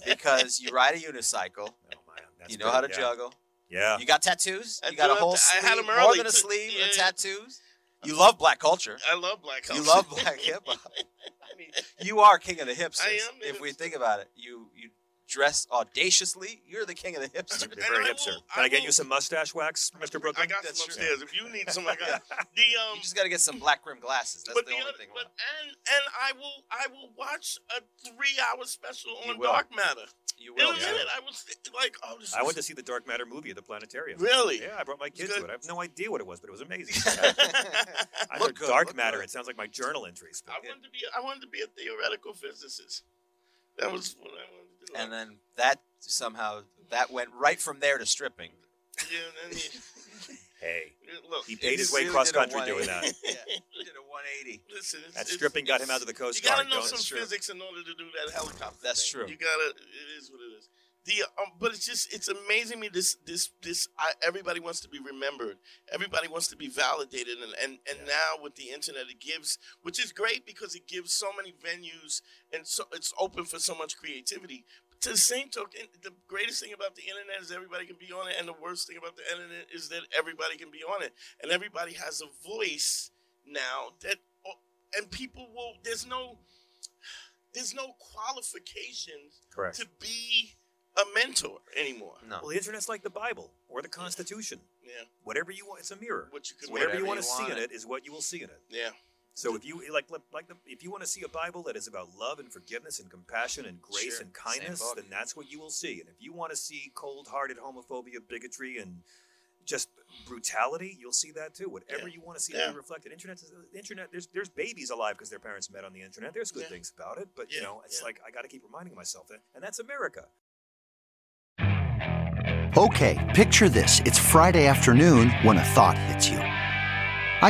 because you ride a unicycle,
Oh, man, that's
you know how to
pretty- yeah.
juggle,
Yeah.
you got tattoos,
I
you got
do
a
have
whole
ta- I
sleeve,
had 'em
more
early
than a
too.
sleeve
Yeah.
of tattoos. You love black culture.
I love black culture.
You love black hip hop. I mean, you are king of the hipsters.
I am the
if we
hipster.
think about it, you you dress audaciously. You're the king of the hipsters.
You're
And
very
I
hipster.
will-
Can I,
I
get
will-
you some mustache wax, Mr. Brooklyn?
I got
That's
some
true.
upstairs. If you need some, I got the um.
You just got to get some black rim glasses. That's
but
the only
other-
thing.
but
left.
and and I will I will watch a three hour special
You
on
will.
Dark Matter.
You
In a
will.
yeah.
minute, I was like, oh, this
I
is
went to see the Dark Matter movie at the planetarium.
really.
Yeah, I brought my kids to
good.
it. I have no idea what it was, but it was amazing. I
Look
heard
good,
Dark
look
Matter.
good.
It sounds like my journal entries. but-
I wanted to be I wanted to be a theoretical physicist. That was what I wanted to do.
And then that somehow that went right from there to stripping.
yeah, and then,
Hey,
yeah, look,
he paid his
really
way
did a
cross country
180.
doing that.
yeah, you did a 180.
listen, it's,
That
it's-
stripping got him out of the Coast
You gotta
Guard.
know
don't-
some
That's true.
physics in order to do that helicopter.
That's
thing.
true.
You gotta. It is what it is. The um, but it's just it's amazing me this this this I, everybody wants to be remembered. Everybody wants to be validated, and and and now with the internet, it gives, which is great because it gives so many venues and so it's open for so much creativity. To the same token, the greatest thing about the internet is everybody can be on it, and the worst thing about the internet is that everybody can be on it, and everybody has a voice now that, oh, and people will. There's no, there's no qualifications
Correct.
to be a mentor anymore.
No.
Well, the internet's like the Bible or the Constitution.
Yeah,
Whatever you want, it's a mirror.
What you can-
It's Mm-hmm. whatever,
Whatever
you want
you
to see in
want.
it is what you will see in it.
yeah.
So if you like, like the, if you want to see a Bible that is about love and forgiveness and compassion and grace
Sure,
and kindness,
same book.
then that's what you will see. And if you want to see cold-hearted homophobia, bigotry, and just brutality. You'll see that too. Whatever
Yeah.
you want to see
Yeah.
be reflected. Internet, internet. There's there's babies alive because their parents met on the internet. There's good
Yeah.
things about it, but you
Yeah,
know, it's
yeah.
like I got to keep reminding myself that, and that's America.
Okay, picture this. It's Friday afternoon when a thought hits you. I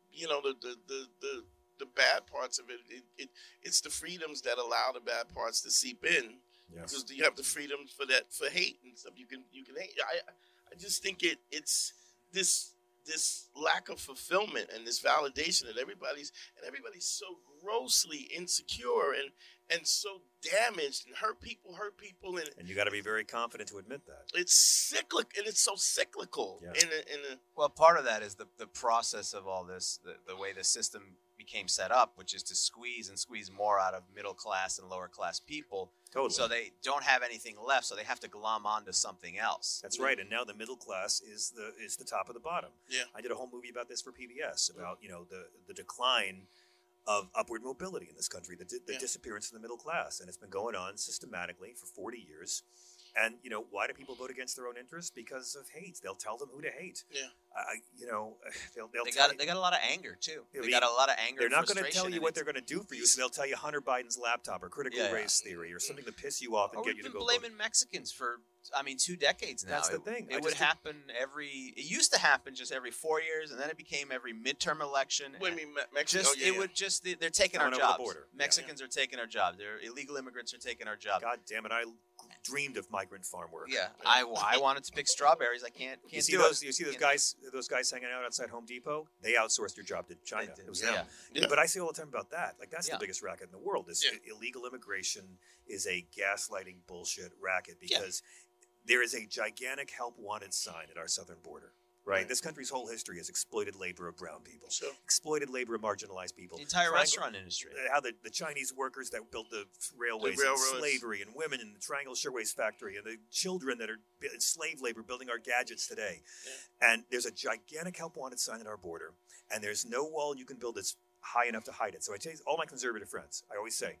you know the the the the, the bad parts of it, it, it. It's the freedoms that allow the bad parts to seep in. because you have the freedom for that for hate and stuff. You can you can hate. I I just think it it's this this lack of fulfillment and this validation that everybody's and everybody's so grossly insecure and and so damaged and hurt people hurt people and
And you got to be very confident to admit that.
it's cyclic and it's so cyclical
Yeah.
in a, in a
Well, part of that is the, the process of all this, the, the way the system became set up, which is to squeeze and squeeze more out of middle class and lower class people.
Totally.
So they don't have anything left, so they have to glom onto something else.
That's right. And now the middle class is the is the top of the bottom.
yeah
I did a whole movie about this for PBS about you know the the decline of upward mobility in this country, the, di- the
Yeah.
disappearance of the middle class, and it's been going on systematically for 40 years. And you know why do people vote against their own interests? Because of hate. They'll tell them who to hate.
yeah
I, I- you know, they'll they'll
They
tell
got
you-
they got a lot of anger too.
Yeah,
They
but
got a lot of anger.
they're
and
not going to
frustration,
tell you
and
what
it's-
they're going to do for you. So they'll tell you Hunter Biden's laptop or critical
Yeah, yeah.
race theory or something to piss you off and
Or
get
we've
you to
"Oh, been
go. vote.
blaming Mexicans for, I mean, two decades now.
That's the
It-
thing.
It
I
would
just think-
happen every. It used to happen just every four years, and then it became every midterm election.
Wait, I
and
mean, Me- Mexico,
just
Oh, yeah,
it
yeah.
would just they- they're taking
Oh, Coming
our
over the
jobs.
border. Yeah.
Mexicans are taking our jobs. They're illegal immigrants are taking our jobs.
God damn it! I dreamed of migrant farm work.
Yeah, I, I wanted to pick strawberries. I can't. can't
You see
do
those?
it.
You see those
Can't do it.
guys? Those guys hanging out outside Home Depot? They outsourced your job to China.
did,
It was
yeah.
them.
Yeah.
But I see all the time about that. Like that's
Yeah.
the biggest racket in the world. Is
Yeah.
illegal immigration is a gaslighting bullshit racket because there is a gigantic help wanted sign at our southern border. Right.
Right.
This country's whole history is exploited labor of brown people,
Sure.
exploited labor of marginalized people.
The entire
Triangle-
restaurant industry.
uh, how the, the Chinese workers that built the railways, and
railroads.
slavery, and women in the Triangle Shirtwaist Factory, and the children that are b- in slave labor building our gadgets today. And there's a gigantic help wanted sign at our border, and there's no wall you can build that's high enough to hide it. So I tell all my conservative friends, I always say,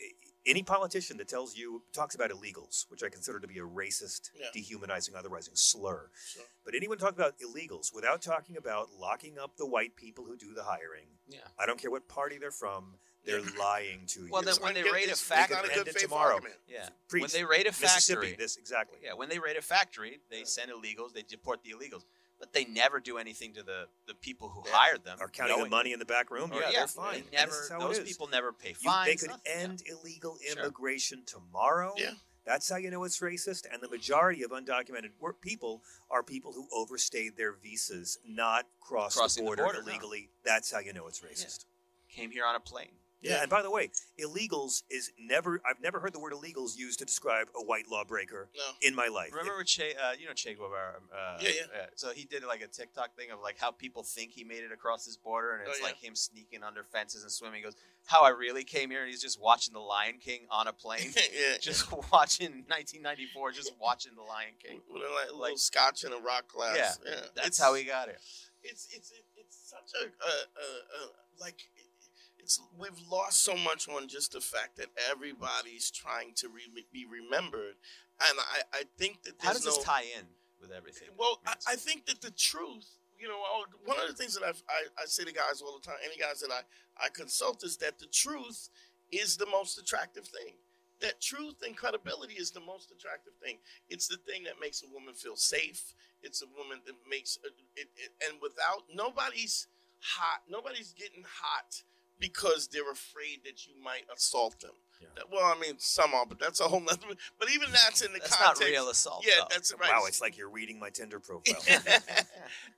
"I- any politician that tells you talks about illegals, which I consider to be a racist,
Yeah.
dehumanizing, otherwise slur.
Sure.
But anyone talk about illegals without talking about locking up the white people who do the hiring,
Yeah.
I don't care what party they're from. They're lying to
Well,
you.
then
It's
when they
ungu-
raid a
it's- it's not
factory,
a good
end it
faith
tomorrow.
argument.
Yeah.
Preach.
When they raid a
Mississippi,
factory,
this exactly.
yeah. When they raid a factory, they send illegals. They deport the illegals, but they never do anything to the the people who hired them.
Are counting
knowing-
the money in the back room?
Or,
yeah,
they
they're fine. And
Never,
this is how
those
it is.
people never pay
You-
fines.
they could
nothing, yeah.
end illegal
Sure.
immigration tomorrow.
Yeah.
That's how you know it's racist. And the majority of undocumented work people are people who overstayed their visas, not cross
Crossing
the
the
border,
border, no.
illegally. That's how you know it's racist.
Came here on a plane.
Yeah. and by the way, illegals is never. I've never heard the word illegals used to describe a white lawbreaker
No.
in my life.
Remember with Che, uh, you know Che Guevara? Uh,
Yeah, yeah.
So he did like a TikTok thing of like how people think he made it across this border, and
Oh,
it's
yeah.
like him sneaking under fences and swimming. He goes, "How I really came here," and he's just watching The Lion King on a plane,
yeah,
just watching 1994, just watching The Lion King.
with a, like, a
Like-
little scotch and a rock glass.
Yeah,
yeah.
That's
It's-
how he got here.
it's it's it, it's such a, a, a, a like it's we've lost so much on just the fact that everybody's trying to re- be remembered, and I I think that
How
there's
does
no,
this tie in with everything?
well, I, I think that the truth, you know, I would- one of the things that I've, I, I say to guys all the time, any guys that I, I consult, is that the truth is the most attractive thing. That truth and credibility is the most attractive thing. It's the thing that makes a woman feel safe. It's a woman that makes a, it, it, and without nobody's hot, nobody's getting hot because they're afraid that you might assault them.
Yeah.
That- well, I mean, some are, but that's a whole nother. But even that's in the
that's
context.
not real assault.
yeah,
though.
that's right.
Wow, it's like you're reading my Tinder profile.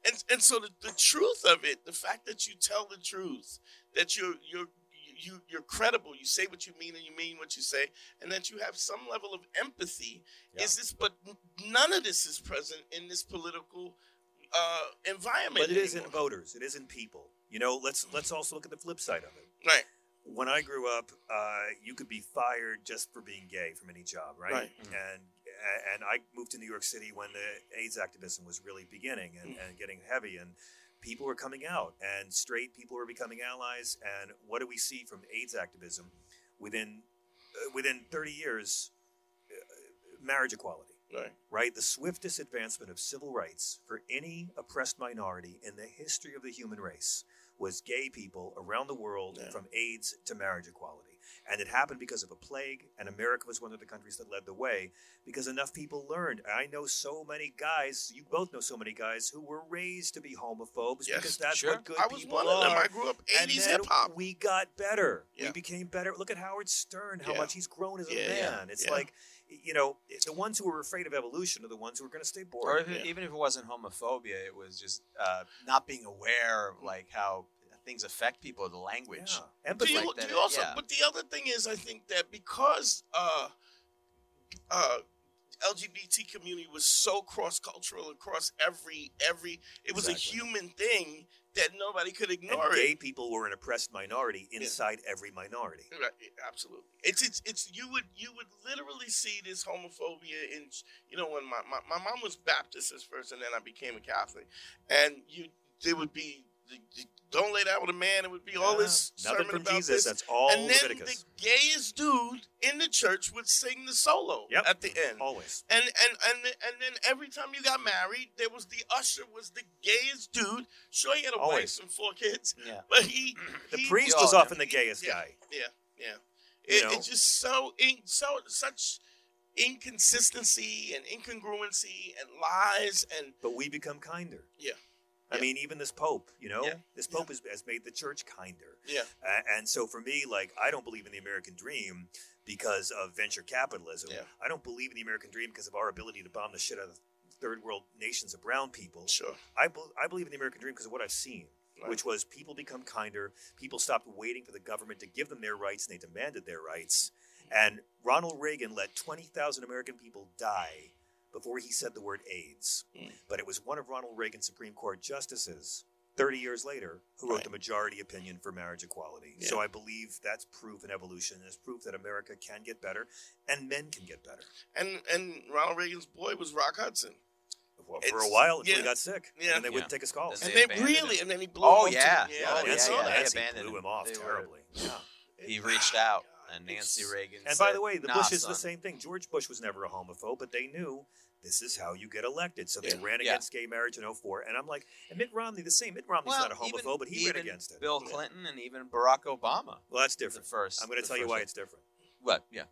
and and so the, the truth of it, the fact that you tell the truth, that you're you're you you're credible, you say what you mean and you mean what you say, and that you have some level of empathy
Yeah.
is this but none of this is present in this political uh, environment.
But it isn't
anymore.
voters. It isn't people. You know, let's let's also look at the flip side of it.
Right.
When I grew up, uh, you could be fired just for being gay from any job, right?
Right.
And and I moved to New York City when the AIDS activism was really beginning and, and getting heavy, and people were coming out, and straight people were becoming allies. And what do we see from AIDS activism? Within uh, within thirty years, uh, marriage equality
Right.
right? The swiftest advancement of civil rights for any oppressed minority in the history of the human race was gay people around the world
Yeah.
from AIDS to marriage equality. And it happened because of a plague, and America was one of the countries that led the way because enough people learned. I know so many guys, you both know so many guys, who were raised to be homophobes
Yes,
because that's
sure.
what good
I was
people
one of them.
are.
I grew up
And
80s
then
hip hop.
We got better.
Yeah.
We became better. Look at Howard Stern, how
Yeah.
much he's grown as a
Yeah, yeah,
man. It's
yeah.
like, you know, the ones who are afraid of evolution are the ones who are going to stay
or
bored.
if it, even if it wasn't homophobia, it was just uh, not being aware of like how things affect people, the language.
Yeah.
Do
Empathy.
you,
like
do
that,
you also?
yeah.
But the other thing is, I think that because uh, uh, LGBT community was so cross cultural across every every, it was
Exactly.
a human thing that nobody could
and
ignore
gay
it.
people were an oppressed minority
Yeah.
inside every minority.
Right, absolutely, it's it's it's you would you would literally see this homophobia in you know when my, my, my mom was Baptist at first and then I became a Catholic, and you there would be the, the- don't lay down with a man. It would be all this
Yeah. nothing
sermon
from
about
Jesus.
this,
That's all
and then
Leviticus.
the gayest dude in the church would sing the solo
Yep.
at the end.
Always.
And and and and then every time you got married, there was the usher was the gayest dude. Sure, he had a
Always.
wife and four kids,
Yeah.
but he
The
he-
priest
Yeah.
was often the
he-
gayest
yeah,
guy.
Yeah, yeah.
You
It,
know?
It's just so in so such inconsistency and incongruency and lies and
But we become kinder.
Yeah.
I
Yeah.
mean, even this Pope, you know,
Yeah.
this Pope has, has made the church kinder.
yeah.
Uh, and so for me, like, I don't believe in the American dream because of venture capitalism.
Yeah.
I don't believe in the American dream because of our ability to bomb the shit out of third world nations of brown people.
Sure.
I, bel I believe in the American dream because of what I've seen,
Right.
which was people become kinder. People stopped waiting for the government to give them their rights, and they demanded their rights. And Ronald Reagan let 20,000 American people die before he said the word AIDS.
Mm.
But it was one of Ronald Reagan's Supreme Court justices 30 years later who wrote
Right.
the majority opinion for marriage equality.
Yeah.
So I believe that's proof in evolution. It's proof that America can get better and men can get better.
And and Ronald Reagan's boy was Rock Hudson.
Well, for a
It's-
while until
yeah.
he got sick.
Yeah.
And they wouldn't
Yeah.
take his calls.
They
and they
abandoned
really
him.
and then he blew
Oh,
him up to-
yeah.
yeah.
Oh,
I
Nancy,
saw
yeah,
that.
yeah.
Nancy
abandoned
blew him
him.
off
They were-
terribly. Yeah.
He reached out,
God,
and
it's-
Nancy Reagan.
ah, And
said,
by the way, the
nah,
Bushes,
son.
the same thing. George Bush was never a homophobe, but they knew this is how you get elected. So they
Yeah.
ran
Yeah.
against gay marriage in 04. And I'm like, and Mitt Romney, the same. Mitt Romney's
Well,
not a homophobe,
even-
but he ran
even
against it.
Bill Clinton and even Barack Obama.
Well, that's
The
different.
first.
I'm going
the
to tell you
first
why
one.
it's different.
What? Yeah.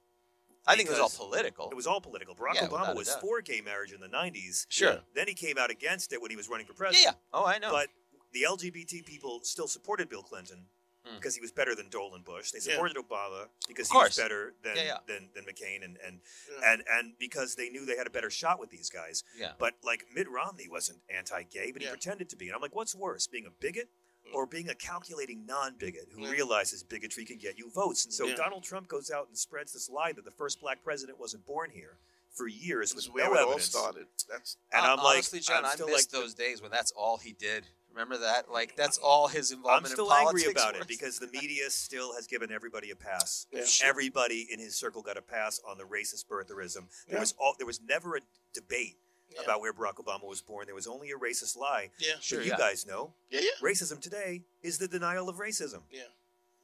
I think it was all
Because
political.
It was all political. Barack
Oh. Yeah, without
Obama
a
was
doubt.
for gay marriage in the 90s.
Sure.
Yeah. Then he came out against it when he was running for
yeah, yeah.
president.
Oh, I know.
But the LGBT people still supported Bill Clinton
Mm.
because he was better than Dolan Bush. They
Yeah.
supported Obama because
Of
he was
course.
better than,
Yeah, yeah.
than than McCain and and,
Yeah.
and and because they knew they had a better shot with these guys.
yeah.
But like Mitt Romney wasn't anti-gay, but he
Yeah. Hmm.
pretended to be. And I'm like, what's worse, being a bigot or being a calculating non-bigot who
Yeah.
realizes bigotry can get you votes? And so
Yeah.
Donald Trump goes out and spreads this lie that the first black president wasn't born here for years
This
with
is where
no
it all
evidence.
started. That's
And
Hon-
I'm like,
Uh, honestly, John,
I'm
I
still
miss
like,
those days when that's all he did. Remember that? Like that's all his involvement
I'm still
in politics.
angry about
was.
it because the media still has given everybody a pass.
Yeah.
Everybody in his circle got a pass on the racist birtherism. There
Yeah.
was all there was never a debate
Yeah.
about where Barack Obama was born. There was only a racist lie.
yeah,
Sure,
Sure,
you
yeah.
guys know
yeah, yeah,
racism today is the denial of racism.
yeah.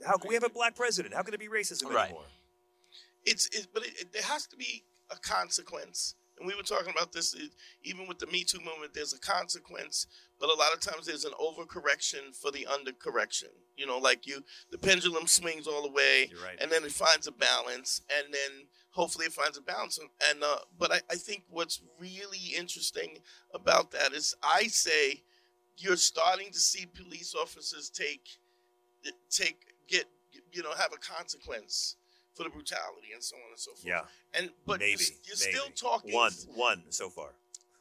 How can we have a black president? How can it be racism
Right.
anymore?
It's it, but it, it, there has to be a consequence. And we were talking about this it, even with the Me Too movement. There's a consequence, but a lot of times there's an overcorrection for the undercorrection. You know, like you, the pendulum swings all the way,
You're right.
and then it finds a balance, and then hopefully it finds a balance. And uh, but I, I think what's really interesting about that is I say you're starting to see police officers take take get you know have a consequence for the brutality and so on and so forth.
yeah,
And but
maybe.
you're, you're still
maybe.
talking
One, one so far.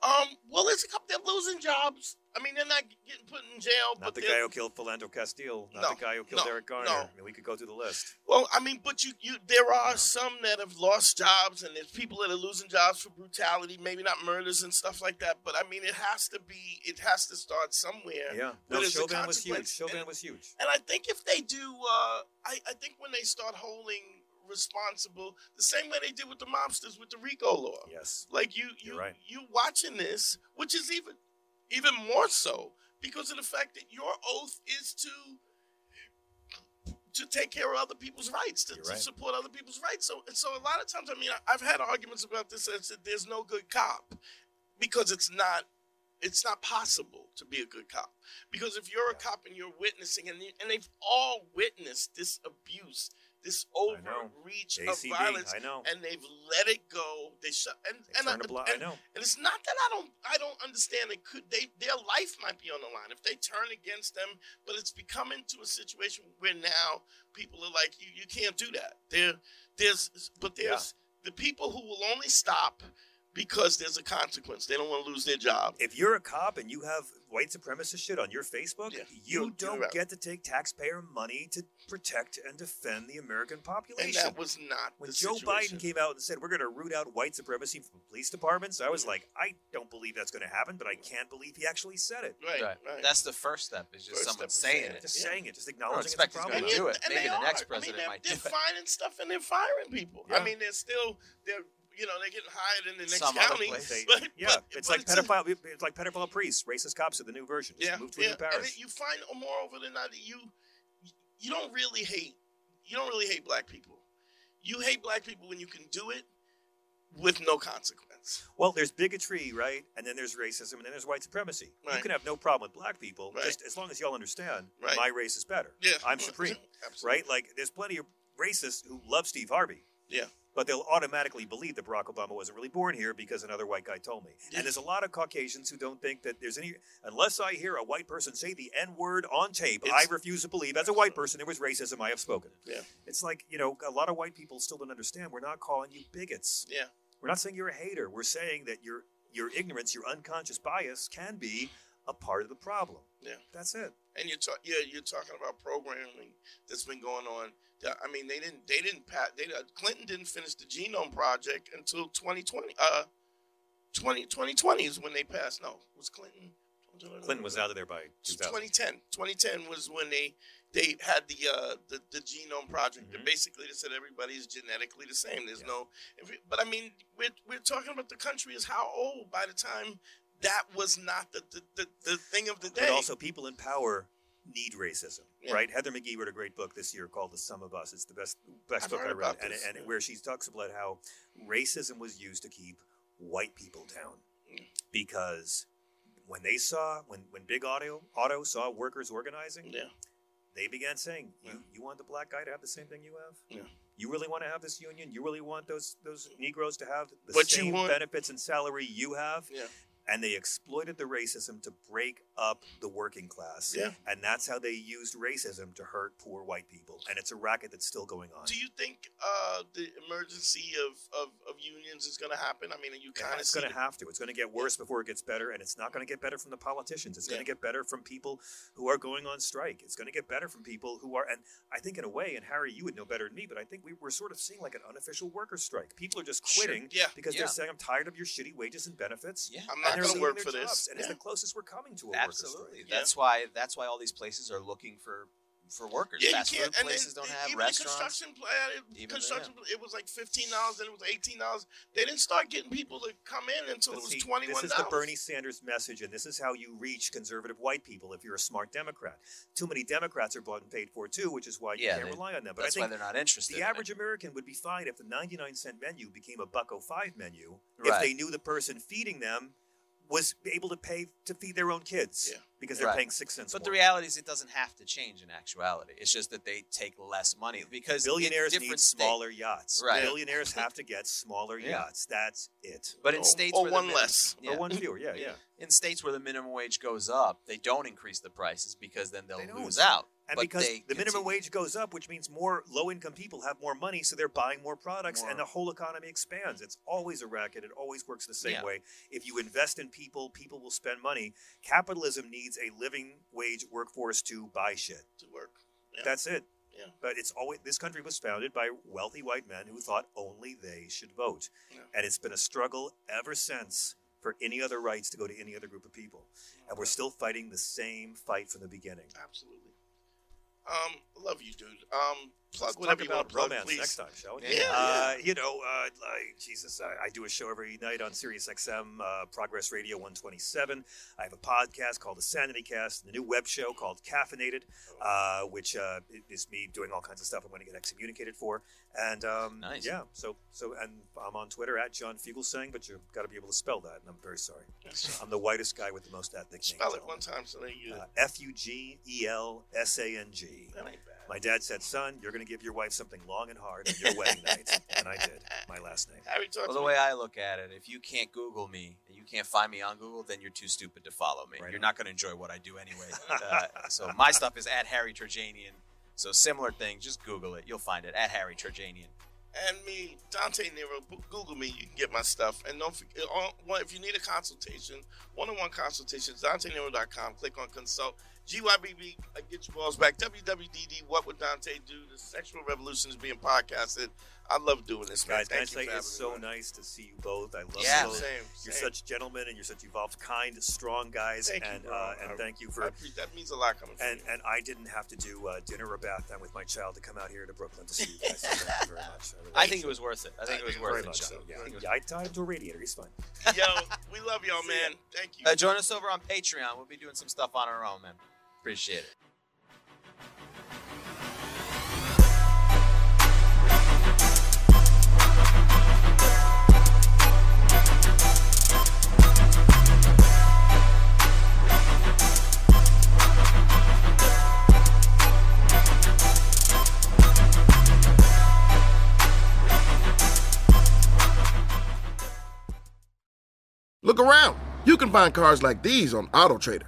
Um, well, there's a couple they're losing jobs. I mean, they're not getting put in jail,
Not
but
the
they're-
guy who killed Philando Castile. Not
No,
the guy who killed
no,
Eric Garner.
no.
I mean, we could go through the list.
Well, I mean, but you, you there are some that have lost jobs, and there's people that are losing jobs for brutality, maybe not murders and stuff like that. But I mean, it has to be, it has to start somewhere.
Yeah.
But
No,
it's a
Chauvin was huge.
consequence.
Chauvin
And-
was huge.
And I think if they do, uh, I, I think when they start holding responsible, the same way they did with the mobsters with the RICO law.
Yes.
Like you, you,
You're right.
you watching this, which is even, even more so because of the fact that your oath is to to take care of other people's rights, to,
You're
to
right.
support other people's rights. So, so a lot of times, I mean, I- I've had arguments about this. I said, there's no good cop because it's not, it's not possible to be a good cop. Because if you're a cop and you're witnessing, and, you- and they've all witnessed this abuse, this
know.
overreach of
JCB,
violence,
I know.
and they've let it go. They shut and
They
and,
turned a blind- I
and-
know.
and it's not that I don't I don't understand it could they their life might be on the line if they turn against them, but it's becoming to a situation where now people are like, You you can't do that. There there's but there's the people who will only stop because there's a consequence. They don't want to lose their job.
If you're a cop and you have white supremacist shit on your Facebook,
Yeah.
you
You're-
don't
you're out.
get to take taxpayer money to protect and defend the American
and
population.
that was not
when
the
Joe
situation.
Biden came out and said we're going to root out white supremacy from police departments, I was like, I don't believe that's going to happen, but I can't believe he actually said it.
right, right.
That's the first step. Is just
First
someone
step is
saying
saying
it.
it.
Just
Yeah.
saying it, just
I
acknowledging
don't
it's a
expect he's
problem.
gonna do
you-
it. Maybe
they
the next
are.
president
I mean,
might do
they're,
it.
they're finding stuff and they're firing people.
Yeah.
I mean, they're still they're you know they're getting hired in the next
Some other
county.
place.
They-
But,
yeah,
but-
it's
but
like
a-
pedophile. It's like pedophile priests, racist cops are the new version. Just
yeah,
move to a
yeah.
new
And
parish.
it- you find moreover than not that you you don't really hate you don't really hate black people. You hate black people when you can do it with no consequence.
Well, there's bigotry, right? And then there's racism, and then there's white supremacy. You
Right.
can have no problem with black people,
Right.
just as long as y'all understand
Right.
my race is better.
Yeah,
I'm supreme,
Absolutely.
right? Like, there's plenty of racists who love Steve Harvey,
Yeah,
but they'll automatically believe that Barack Obama wasn't really born here because another white guy told me.
Yeah.
And there's a lot of Caucasians who don't think that there's any, unless I hear a white person say the N word on tape, I
It's-
refuse to believe as a white person there was racism I have spoken.
yeah,
It's like, you know, a lot of white people still don't understand. We're not calling you bigots.
yeah.
We're not saying you're a hater. We're saying that your your ignorance, your unconscious bias, can be a part of the problem.
Yeah.
That's it.
and you're talk, yeah, you're talking about programming that's been going on. Yeah, I mean, they didn't, they didn't, pat, they uh, Clinton didn't finish the genome project until 2020. Uh, 20, 2020 is when they passed. No, was Clinton.
Clinton was out of there by 2000.
2010. 2010 was when they they had the uh, the, the genome project.
Mm-hmm.
That basically, they said everybody is genetically the same. There's no, if you- but I mean, we're, we're talking about the country is how old by the time that was not the the, the, the thing of the day.
But also, people in power need racism,
Yeah.
right? Heather McGee wrote a great book this year called "The Sum of Us." It's the best best
I've
book I
heard
read,
about
and,
this,
and
yeah.
where she talks about how racism was used to keep white people down
Mm.
because when they saw when when Big Auto Auto saw workers organizing,
yeah.
they began saying, "You,
Yeah.
you want the black guy to have the same thing you have?
Yeah.
You really want to have this union? You really want those those Negroes to have the
But you
same
want-
benefits and salary you have?"
Yeah.
And they exploited the racism to break up the working class.
Yeah.
And that's how they used racism to hurt poor white people. And it's a racket that's still going on.
Do you think uh, the emergency of, of, of unions is going to happen? I mean, are you kind of
it's going to have to. It's going to get worse before it gets better, and it's not going to get better from the politicians. It's going
Yeah.
to get better from people who are going on strike. It's going to get better from people who are, and I think in a way, and Harry, you would know better than me, but I think we, we're sort of seeing like an unofficial workers' strike. People are just
Sure.
quitting
Yeah.
because
Yeah.
they're saying, "I'm tired of your shitty wages and benefits."
Yeah.
I'm
And
not
they're
going
leaving
to work
their
for
jobs,
this.
and
Yeah.
it's the closest we're coming to a
Absolutely.
workers' strike.
That's why. That's why all these places are looking for for workers.
Yeah,
Fast
you can't.
food
And then e-
places don't have
even the
restaurants.
construction plan,
Even the-
construction, pla- it was like fifteen dollars, then it was eighteen dollars. They didn't start getting people to come in until
But
it was
see,
twenty one
This
dollars.
is the Bernie Sanders message, and this is how you reach conservative white people if you're a smart Democrat. Too many Democrats are bought and paid for too, which is why you
Yeah,
can't
they-
rely on them. But I
That's why
think
they're not interested.
the
in it.
average American would be fine if the 99 cent menu became a buck o five menu if
Right.
they knew the person feeding them was able to pay to feed their own kids
Yeah.
because they're
Right.
paying six cents.
But
more.
the reality is, it doesn't have to change in actuality. It's just that they take less money because in
billionaires need
different states-
smaller yachts.
Right.
Billionaires have to get smaller
Yeah.
yachts. That's it.
But in
Or-
states
or
where the
Oh, one
min-
less. Oh,
yeah.
Or one fewer. Yeah, yeah.
in states where the minimum wage goes up, they don't increase the prices because then
They
they'll
don't.
lose out.
And
But
because
they
the minimum
continue.
wage goes up, which means more low income people have more money, so they're buying more products
More.
and the whole economy expands. It's always a racket. It always works the same
Yeah.
way. If you invest in people, people will spend money. Capitalism needs a living wage workforce to buy shit.
to work. Yeah.
That's it.
Yeah.
But it's always this country was founded by wealthy white men who thought only they should vote.
Yeah.
And it's been a struggle ever since for any other rights to go to any other group of people. And we're still fighting the same fight from the beginning.
Absolutely. Um, I love you, dude. Um, plug
Let's
whatever
talk
you want
about
to plug,
romance
please.
next time, shall we?
Yeah, Yeah.
Uh, you know, uh, like, Jesus, I, I do a show every night on Sirius XM, uh, Progress Radio 127. I have a podcast called The Sanity Cast, and a new web show called Caffeinated,
Oh.
uh, which uh, is me doing all kinds of stuff I'm going to get excommunicated for. And um,
Nice.
yeah, so so and I'm on Twitter at John Fugelsang, but you've got to be able to spell that, and I'm very sorry.
Yes.
I'm the whitest guy with the most ethnic
Spell it
name.
one time so they you.
Uh, F U G E L S A N G.
that ain't bad.
My dad said, "Son, you're going to give your wife something long and hard on your wedding night," and I did. My last name.
Harry talks.
Well, the way I look at it, if you can't Google me and you can't find me on Google, then you're too stupid to follow me.
Right
you're
on.
not going to enjoy what I do anyway. uh, so my stuff is at Harry Turjanian. So similar thing, just Google it. You'll find it at Harry Turjanian.
and me, Dante Nero. bo- Google me. You can get my stuff. And don't forget, all, well, if you need a consultation, one-on-one consultations, DanteNero.com. Click on consult. GYBB, uh, get your balls back. WWDD, what would Dante do? The sexual revolution is being podcasted. I love doing this, man.
Guys, can I
Thank you
say
for
it's so
having me, man.
nice to see you both. I love
Yeah.
you both.
Same,
You're
same.
such gentlemen, and you're such evolved, kind, strong guys.
Thank you,
and
bro.
uh,
I-
and thank you
I
for.
appreciate- that means a lot coming from
And
you.
and I didn't have to do uh, dinner or bath time with my child to come out here to Brooklyn to see you guys. So thank you very much. really
I think
appreciate
it was worth it. I think it was
think
worth
Very
it.
much.
John.
So, yeah.
I think it was-
Yeah, I tied him to a radiator. He's fine.
Yo, we love y'all, man. Thank you.
Uh, join us over on Patreon. We'll be doing some stuff on our own, man. Appreciate it.
Look around. You can find cars like these on AutoTrader.